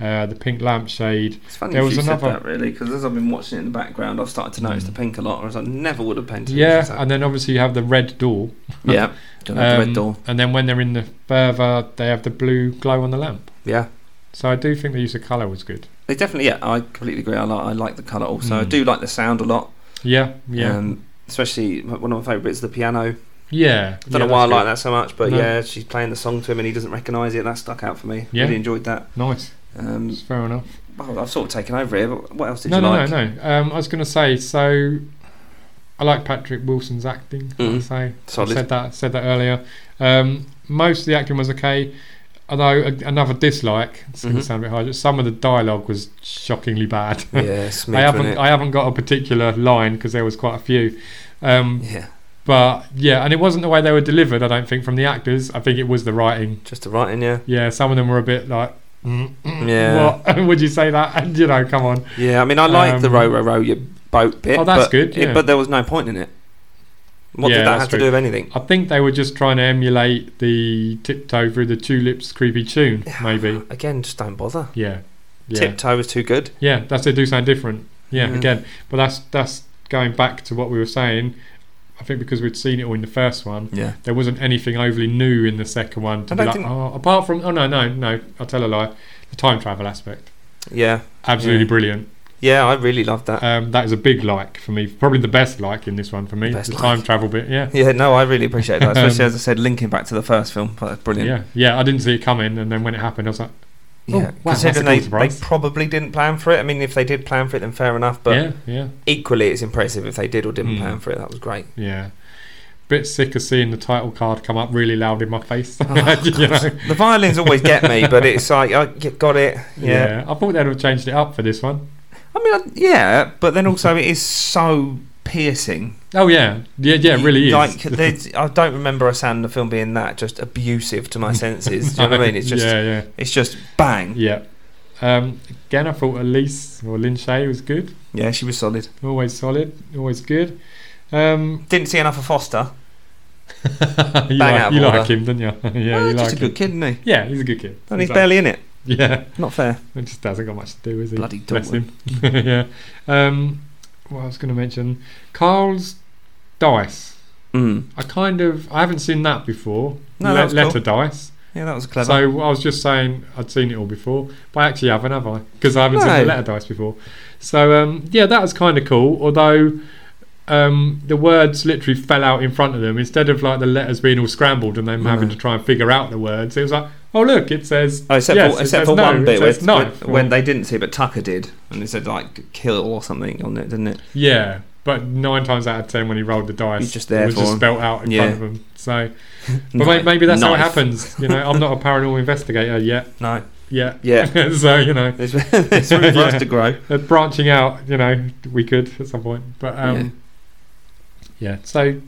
uh, the pink lampshade.
It's funny
There
if
was
you
another-
said that really, because as I've been watching it in the background, I've started to notice
Mm.
the pink a lot, whereas I never would have paid attention.
Yeah,
to that.
and then obviously you have the red door.
yeah. Don't have the
Um,
red door.
And then when they're in the further, they have the blue glow on the lamp.
Yeah.
So I do think the use of colour was good.
They definitely. Yeah, I completely agree. I like. I like the colour also. I
Mm.
do like the sound a lot.
Yeah, yeah,
Um, especially one of my favourite bits is the piano.
yeah.
I don't
yeah,
know why I
that's
like
good.
that so much, but
No.
yeah, she's playing the song to him and he doesn't recognise it. That stuck out for me.
Yeah.
Really enjoyed that.
Nice.
Um,
That's fair enough.
well, I've sort of taken over here, but what else did
No,
you
no,
like?
no, no. Um, I was going to say, so I like Patrick Wilson's acting.
Mhm.
I'd say. I
Solid.
said that said that earlier. Um, most of the acting was okay, although a, another dislike. It's going
Mhm.
to sound a bit harsh. but Some of the dialogue was shockingly bad.
Yeah,
*laughs*
smooth,
I haven't
innit?
I haven't got a particular line because there was quite a few. Um,
Yeah,
But yeah, and it wasn't the way they were delivered. I don't think from the actors. I think it was the writing.
just the writing, yeah.
Yeah, some of them were a bit like, mm,
Mm-hmm.
mm,
Yeah.
what *laughs* would you say that? And you know, come on.
Yeah, I mean, I like the
Um,
row, row, row your boat bit.
Oh, that's
but
good,
it-
yeah.
but there was no point in it. What
Yeah,
did that
that's
have to
true.
do with anything?
I think they were just trying to emulate the tiptoe through the tulips creepy tune, maybe.
Again, just don't bother.
Yeah, yeah,
Tiptoe was too good.
yeah. That's they do sound different. Yeah,
Yeah.
again, but that's that's going back to what we were saying. I think because we'd seen it all in the first one,
Yeah.
there wasn't anything overly new in the second one to
I
be
don't
like,
think-
oh, apart from, oh no, no, no, I'll tell a lie. The time travel aspect,
Yeah.
absolutely
Yeah.
brilliant.
Yeah, I really loved that.
Um, that is a big like for me, probably the best like in this one for me.
Best
the
like.
time travel bit, yeah.
*laughs* yeah, no, I really appreciate that.
Um,
Especially, as I said, linking back to the first film. That's brilliant.
Yeah, yeah, I didn't see it coming, and then when it happened, I was like, Oh,
Yeah,
wow, that's
considering
a cool
they, they
surprise.
probably didn't plan for it. I mean, if they did plan for it, then fair enough. But
yeah, yeah,
equally, it's impressive if they did or didn't
Mm.
plan for it. That
*laughs*
was great.
yeah. Bit sick of seeing the title card come up really loud in my face.
*laughs* Oh,
*laughs* you know?
The violins always get me, but it's like I yeah, got it. Yeah.
I thought they'd have changed it up for this one.
I mean, I, yeah, but then also it is so piercing.
Oh yeah, yeah, yeah, it really is. *laughs*
Like, there's- I don't remember a sound in the film being that just abusive to my senses. Do you know what I
*laughs*
mean? It's just,
yeah, yeah.
it's just bang. Yeah.
Yeah. Um, again, I thought Elise or Lin Shay was good.
she was solid.
Always solid. Always good. Um, *laughs*
Didn't see enough of Foster.
you like,
out
you
of
like
order.
him, don't you? *laughs* yeah,
Oh,
you
just
like
a
him.
good kid, isn't he?
Yeah, he's a good kid.
And he's
He's like-
barely in it.
yeah, *laughs*
Not fair.
it just hasn't got much to do, is he?
Bloody
Bless
Dortmund.
him. *laughs* yeah. Um, what I was going to mention, Carl's dice.
Mm.
I kind of I haven't seen that before.
No, that was cool.
letter dice.
Yeah, that was clever.
So I was just saying I'd seen it all before, but I actually haven't, have I? Because I haven't seen
No.
the letter dice before. So um, yeah, that was kind of cool. Although um, the words literally fell out in front of them instead of like the letters being all scrambled and them having
No.
to try and figure out the words. It was like, oh look, it says.
Oh, except
yes,
for,
it
except
says
for
no,
one
it
bit where,
says no.
when, when they didn't see, but Tucker did, and it said like kill or something on it, didn't it?
Yeah, but nine times out of ten, when he rolled the dice,
He's just there
it was
for
just
him.
spelt out in
Yeah.
front of him. So, but may- maybe that's how it happens. You know, I'm not
*laughs*
a paranormal investigator yet.
No,
Yeah.
Yeah.
*laughs* so you know,
*laughs* there's, there's room for
*laughs* Yeah.
us to grow.
uh, branching out, you know, we could at some point. But um, yeah. So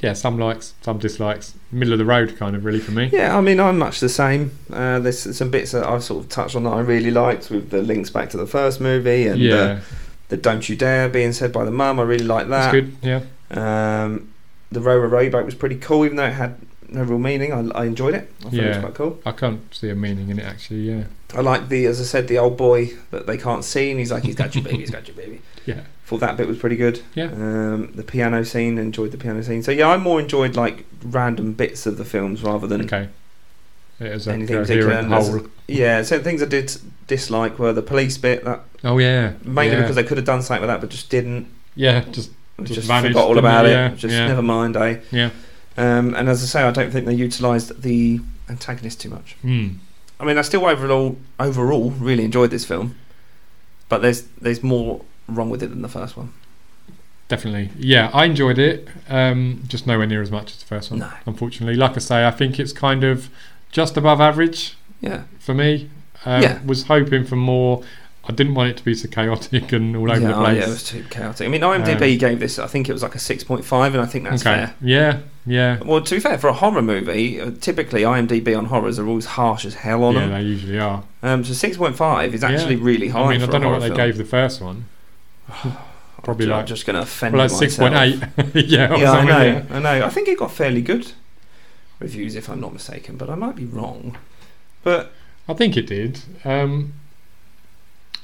yeah, some likes, some dislikes. Middle of the road, kind of really for me.
Yeah, I mean, I'm much the same. Uh, there's some bits that I've sort of touched on that I really liked with the links back to the first movie and
yeah,
uh, the "Don't You Dare" being said by the mum. I really liked
that's
that.
good. Yeah,
Um, the rower rowboat was pretty cool, even though it had no real meaning. I, I enjoyed it. I thought it was
Yeah.
quite cool.
I can't see a meaning in it actually. Yeah,
I like the, as I said, the old boy that they can't see, and he's like, "He's got your baby, he's got your baby."
*laughs* yeah,
Thought that bit was pretty good.
Yeah.
Um, the piano scene, enjoyed the piano scene. So yeah, I more enjoyed like random bits of the films rather than
okay. It is a
Anything particular
coherent
unless-
whole.
yeah. So things I did dislike were the police bit that
Oh yeah,
mainly
yeah.
because they could have done something with that, but just didn't.
yeah, just
Just,
Just vanished,
forgot all
didn't
about
they?
it.
Yeah,
Just
yeah.
never mind, eh?
yeah.
Um, and as I say, I don't think they utilised the antagonist too much.
Mm.
I mean, I still overall overall really enjoyed this film, but there's there's more wrong with it than the first one.
Definitely. Yeah, I enjoyed it. Um, just nowhere near as much as the first one,
No.
unfortunately. Like I say, I think it's kind of just above average
Yeah.
for me. Um,
Yeah.
Was hoping for more. I didn't want it to be so chaotic and all over
yeah,
the
oh,
place.
yeah, it was too chaotic. I mean, IMDb gave this, I think it was like a 6.5, and I think that's
okay. Yeah. Yeah.
fair. Well, to be fair, for a horror movie, uh, typically IMDb on horrors are always harsh as hell on
yeah,
them.
they usually are.
Um, so 6.5 is actually
Yeah.
really high.
I mean, I
for a
don't know
horror
what they
film.
gave the first
*sighs*
one. Probably
I'm
like-
just going to offend
Well, like
myself.
six point eight. *laughs* yeah. or
Yeah, I
something,
know.
yeah.
I know. I think it got fairly good reviews, if I'm not mistaken, but I might be wrong. But
I think it did. Um,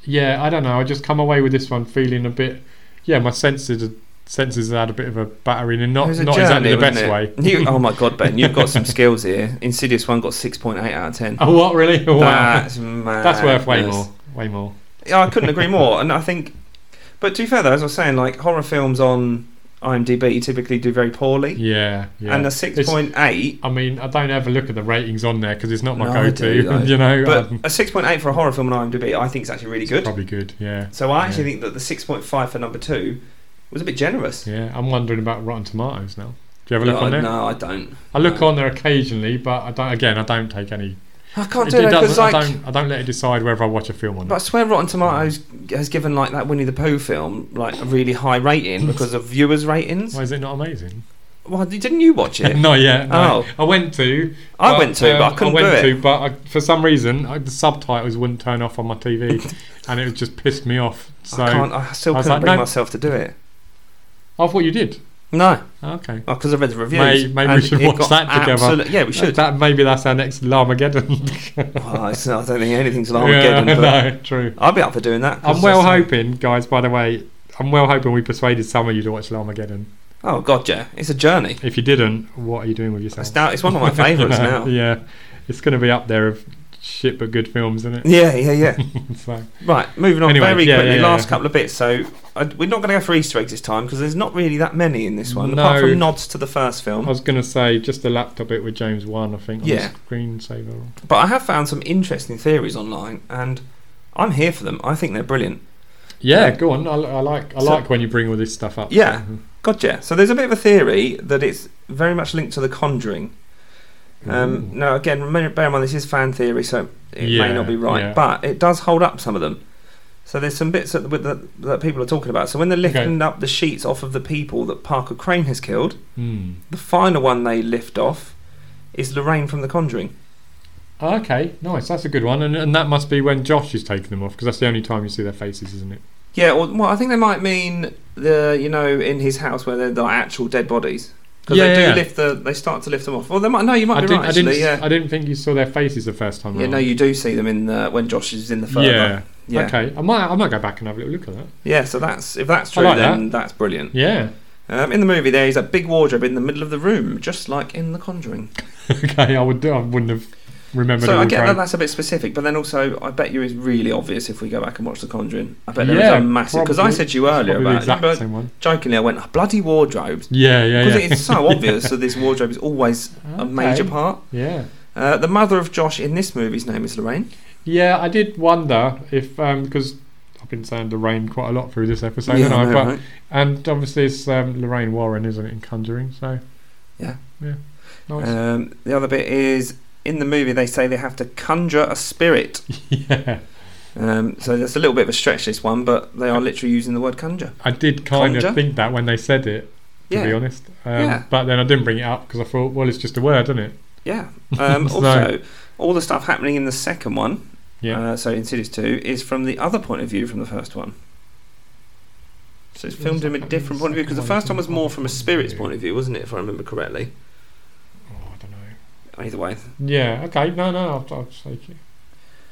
yeah, I don't know. I just come away with this one feeling a bit. Yeah, my senses senses had a bit of a battering, and
it
not
was a
not exactly the
journey,
best way.
wasn't it? *laughs* You- oh my god, Ben, you've got some skills here. Insidious one got six point eight out of ten.
*laughs* Oh, what really? *laughs* Wow.
That's mad.
That's worth way more. Way more.
Yeah, I couldn't agree more. And I think, but to be fair though, as I was saying, like horror films on IMDb typically do very poorly,
Yeah, yeah.
and a
It's-
six point eight.
I mean, I don't ever look at the ratings on there because it's not my
No, I
go-to.
do, though.
*laughs* you know,
But
Um,
a six point eight for a horror film on IMDb, I think is actually really
it's
good.
Probably good. Yeah.
So I actually
yeah.
think that the six point five for number two was a bit generous.
Yeah, I'm wondering about Rotten Tomatoes now. Do you ever look
no,
on there?
Oh, no, I don't.
I look
no.
on there occasionally, but I don't. Again, I don't take any.
I can't
it-
do
it
that because
doesn't-
like,
I don't. I don't let it decide whether I watch a film or
but I
not.
swear, Rotten Tomatoes has given like that Winnie the Pooh film like a really high rating because of viewers' ratings.
Why is it not
*laughs*
amazing?
Well, didn't you watch it?
not yet. No.
Oh.
I went to.
I went to, but I couldn't
um, I went
do it.
to, but I, for some reason, I, the subtitles wouldn't turn off on my
*laughs*
TV, and it just pissed me off. So
I
I,
can't. I still
I was
couldn't
like,
bring
no.
myself to do it.
thought you did.
No,
Okay.
because I read the reviews.
May- maybe we
and
should
it
watch
got
that together.
absolute- Yeah, we
*laughs*
should.
That maybe that's our next Larmageddon.
Well, it's not- I don't think
*laughs*
anything's Armageddon. but
no, true.
I'd be up for doing that. 'cause
I'm well
it's, uh,
hoping, guys. By the way, I'm well hoping we persuaded some of you to watch Larmageddon.
Oh God, yeah, it's a journey.
If you didn't, what are you doing with yourself?
It's now. It's
*laughs*
one of my favourites
You know,
now.
Yeah, it's going to be up there of shit but good films, isn't it? *laughs*
Yeah, yeah, yeah.
so,
Right, moving on
Anyway,
very
yeah,
quickly.
yeah, yeah.
last couple of bits. So I, we're not going to go for Easter eggs this time because there's not really that many in this one,
No.
apart from nods to the first
I
film.
was going to say just the laptop bit with James One, I think. On
Yeah.
yeah. Screensaver.
But I have found some interesting theories online, and I'm here for them. I think they're brilliant.
Yeah,
Yeah.
go on. I, I like I
So-
like when you bring all this stuff up.
Yeah. Gotcha. So there's a bit of a theory that it's very much linked to The Conjuring.
Mm-hmm.
Um,
Ooh.
now, again, remember, bear in mind this is fan theory, so it may
Yeah,
not be right,
yeah.
but it does hold up some of them. So there's some bits that, with the, that people are talking about. So when they're
Okay.
lifting up the sheets off of the people that Parker Crane has killed.
Hmm.
The final one they lift off is Lorraine from The Conjuring.
Okay, nice. That's a good one, and and that must be when Josh is taking them off because that's the only time you see their faces, isn't it?
Yeah, or well, I think they might mean the you know in his house where they're the actual dead bodies because
Yeah,
they do
yeah.
lift the they start to lift them off. Well, they might no, you might
I
be
didn't,
right
I didn't,
actually.
s-
Yeah,
I didn't think you saw their faces the first time.
yeah,
round.
no, you do see them in the, when Josh is in the further.
Yeah.
yeah,
Okay, I might I might go back and have a little look at that.
yeah. So that's if that's true,
like
then that's brilliant.
Yeah. *laughs*
Um, in the movie, there is a big wardrobe in the middle of the room, just like in The Conjuring.
okay, I would I wouldn't have remembered.
So
all
I get
day.
that that's a bit specific, but then also I bet you it's really obvious if we go back and watch The Conjuring. I bet there is
Yeah,
a massive because I
probably-
said to you
Probably
earlier
the
about it,
exact
but
same one.
jokingly, I went, "Oh, bloody wardrobes.
Yeah, yeah, *laughs*
Because
yeah.
it's so obvious that this wardrobe is always a major
Okay.
part.
Yeah.
Uh, the mother of Josh in this movie's name is Lorraine.
Yeah, I did wonder if um because I've been saying Lorraine quite a lot through this episode,
Yeah,
haven't I?
I know,
but
right?
and obviously it's um, Lorraine Warren, isn't it, in Conjuring? So
Yeah.
yeah, nice.
Um, the other bit is in the movie they say they have to conjure a spirit.
*laughs* yeah,
Um, so that's a little bit of a stretch this one, but they are literally using the word conjure.
I did kind
Conjure?
of think that when they said it, to
Yeah,
be honest. Um,
Yeah.
But then I didn't bring it up because I thought, well, it's just a word, isn't it?
yeah. Um,
So-
also, all the stuff happening in the second one,
Yeah.
uh, so Insidious Two, is from the other point of view from the first one. So it's
What
filmed
is
from a
happening in
different
the
point of view because the
second one
first one was
from
more
the
from a
point of
spirit's
view?
point of view, wasn't it? If I remember correctly.
oh, I don't know.
Either way.
Yeah. Okay. No, no. I'll, I'll take it.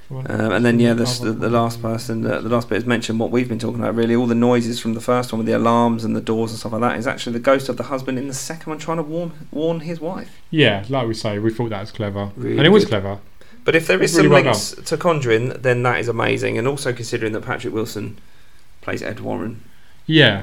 Well,
Um, and then yeah, the,
other
the, the last person, the, the last bit is mentioned what we've been talking about. Really, all the noises from the first one with the alarms and the doors and stuff like that is actually the ghost of the husband in the second one trying to warn warn his wife.
Yeah, like we say, we thought that was clever,
Really
and it was
good.
clever.
But if there is
Really
some
well
links to Conjuring, then that is amazing. And also considering that Patrick Wilson plays Ed Warren,
Yeah.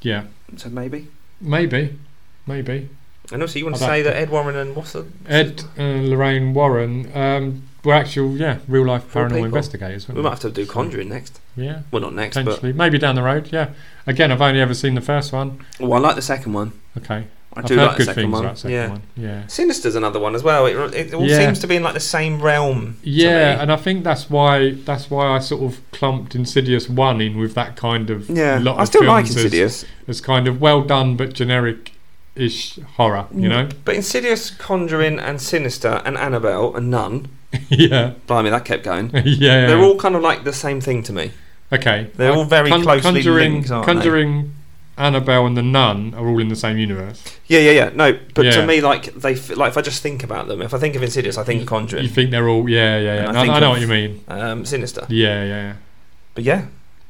Yeah.
so maybe.
Maybe. Maybe.
And also, you want to
I'd
say
like to-
that Ed Warren and what's the
Ed and Lorraine Warren um, were actual, yeah, real life
Real
paranormal
people.
investigators. weren't
We
they?
might have to do Conjuring next.
Yeah,
Well, not next, but
potentially. Maybe down the road, yeah. Again, I've only ever seen the first one.
oh, I like the second one.
Okay.
I
have
do
heard
like the
good
second
things
one.
about the second
yeah.
one. Yeah.
Sinister's another one as well. It, it all
Yeah.
seems to be in like the same realm. to
Yeah,
me.
and I think that's why that's why I sort of clumped Insidious one in with that kind of
Yeah,
lot
I
of
still like
films as-
Insidious.
as kind of well done but generic ish horror,
Mm.
you know? *laughs*
But Insidious, Conjuring, and Sinister, and Annabelle, and Nun.
yeah,
Blimey, that kept going.
yeah.
They're all kind of like the same thing to me.
okay.
They're all very
Con-
closely
Conjuring,
linked, aren't
Conjuring, Annabelle, and the Nun are all in the same universe.
Yeah, yeah, yeah. No, but
Yeah.
to me, like they, f- like if I just think about them, if I think of Insidious, I think of
You
Conjuring,
think they're all? Yeah, yeah, yeah.
And I
I,
think
I know
of-
what you mean.
um, Sinister.
Yeah, yeah. yeah.
But yeah,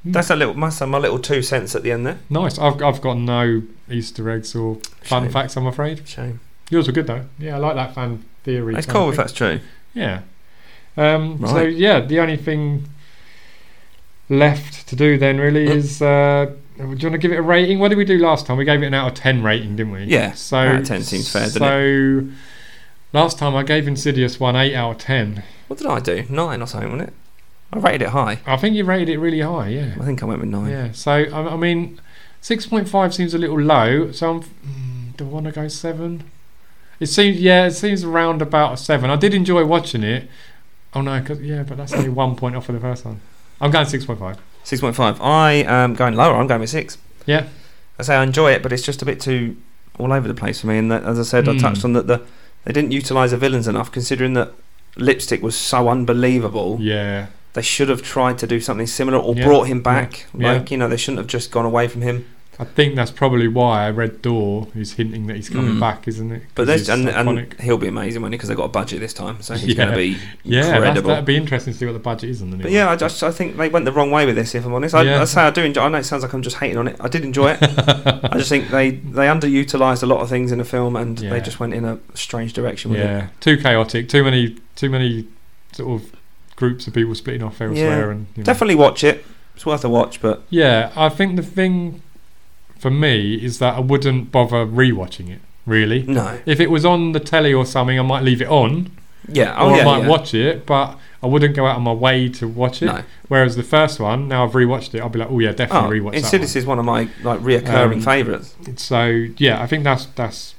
Hmm.
that's a little, my, my little two cents at the end there.
Nice. I've I've got no Easter eggs or fun
Shame.
facts. I'm afraid
Shame.
yours were good though. Yeah, I like that fan theory.
It's
kind of
cool if
thing.
that's true.
Yeah. Um, So
Right.
yeah, the only thing left to do then really
Mm.
is. Uh, do you want to give it a rating? What did we do last time? We gave it an out of ten rating, didn't we?
Yeah,
So
out of 10 seems fair, doesn't
so last time I gave Insidious one eight out of ten.
What did I do? Nine or something, wasn't it? I rated it high.
I think you rated it really high. Yeah.
I think I went with nine.
Yeah. So I, I mean, six point five seems a little low. So I'm. Mm, do I want to go seven? It seems yeah. It seems around about a seven. I did enjoy watching it. Oh no, 'cause- yeah, but that's only one point off of the first one. I'm going six point five.
Six point five. I am going lower. I'm going with six.
Yeah.
I say I enjoy it, but it's just a bit too all over the place for me. And that, as I said, I
Hmm.
touched on that the they didn't utilise the villains enough, considering that lipstick was so unbelievable.
Yeah.
They should have tried to do something similar or
Yeah.
brought him back.
Yeah.
Like you know, they shouldn't have just gone away from him.
I think that's probably why Red Door is hinting that he's coming
Mm.
back, isn't it?
But
'Cause
there's
he's
and, and
iconic.
he'll be amazing when because they got a budget this time, so he's
Yeah.
going to be
yeah, that's,
incredible.
that'd be interesting to see what the budget is on the new.
But
one.
yeah, I just I think they went the wrong way with this. If I'm honest, I,
Yeah.
I say I do enjoy. I know it sounds like I'm just hating on it. I
*laughs*
did enjoy it. I just think they they underutilized a lot of things in the film, and
Yeah.
they just went in a strange direction with
yeah, too chaotic. Too many, too many sort of groups of people splitting off elsewhere, and you know.
it. Definitely watch it. It's worth a watch, but
Yeah, I think the thing for me is that I wouldn't bother rewatching it. Really,
no.
if it was on the telly or something, I might leave it on,
Yeah. Oh
or
yeah.
I might
yeah.
watch it, but I wouldn't go out of my way to watch it.
No.
Whereas the first one, now I've rewatched it, I'll be like, oh yeah,
Oh,
definitely rewatch
Insidious
that
is one of my like reoccurring
Um,
favourites.
one. So yeah, I think that's that's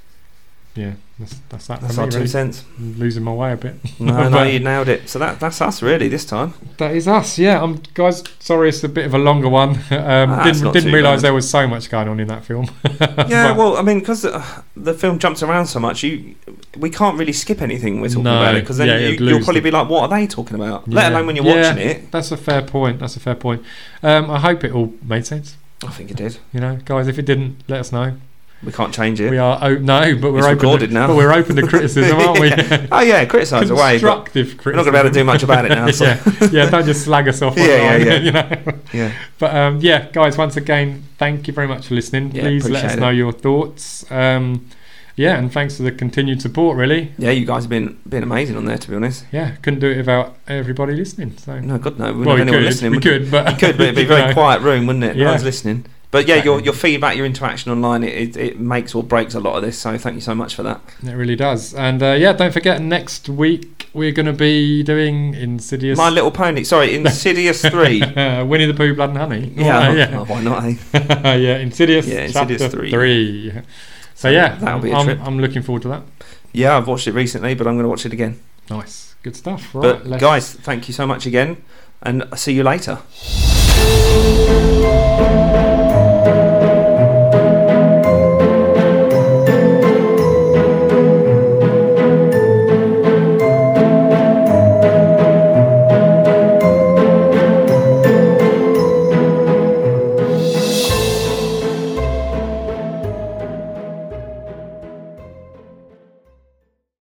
yeah, that's that's that.
That's
for
our
me,
two
really.
cents.
I'm losing my way a bit. *laughs*
No, no,
But-
you nailed it. So that that's us really
*laughs*
this time.
That is us, yeah. I'm guys. Sorry, it's a bit of a longer one. *laughs* Um,
Ah, it's
didn't
not
didn't
too
realise
bad.
there was so much going on in that film. *laughs*
Yeah.
But-
well, I mean, because the, the film jumps around so much, you we can't really skip anything when we're talking
No,
about it because then
yeah,
you,
it'd
you'll
lose
probably
the-
be like, what are they talking about? Let
Yeah.
alone when you're
Yeah.
watching it.
That's a fair point. That's a fair point. Um, I hope it all made sense.
I think it did.
You know, guys, if it didn't, let us know.
We can't change it.
We are oh no, but we're
It's
open.
recorded
to,
now.
But we're open to criticism, aren't we?
oh *laughs* yeah, criticise away. but-
Constructive criticism.
We're not going to be able to do much about it now. So.
yeah, yeah. Don't just slag us off.
*laughs* Yeah, yeah,
online,
yeah.
*laughs* You know.
yeah.
But um, yeah, guys, once again, thank you very much for listening.
Yeah,
Please let
appreciate
us
it.
know your thoughts. Um, yeah, and thanks for the continued support. Really,
Yeah, you guys have been been amazing on there, to be honest.
yeah, couldn't do it without everybody listening. So,
No, God, no. We wouldn't
well,
have
we
anyone
could,
listening.
we
would
could, but *laughs*
we could, but it'd be a
you know.
very quiet room, wouldn't it? No
Yeah.
one's listening. But yeah, your,
Exactly.
your feedback, your interaction online, it, it, it makes or breaks a lot of this. So thank you so much for that.
It really does. And uh, yeah, don't forget next week we're going to be doing Insidious. *laughs*
My Little Pony, sorry, Insidious 3.
Winnie the Pooh, Blood and Honey. *laughs*
Yeah,
Alright,
oh, why not? Eh?
yeah. *laughs* yeah, Insidious.
Yeah, Insidious
chapter
three.
three. So yeah,
that'll be a
I'm,
trip.
I'm looking forward to that.
Yeah, I've watched it recently, but I'm going to watch it again.
Nice, good stuff. Right,
but
let's-
guys, thank you so much again, and I'll see you later.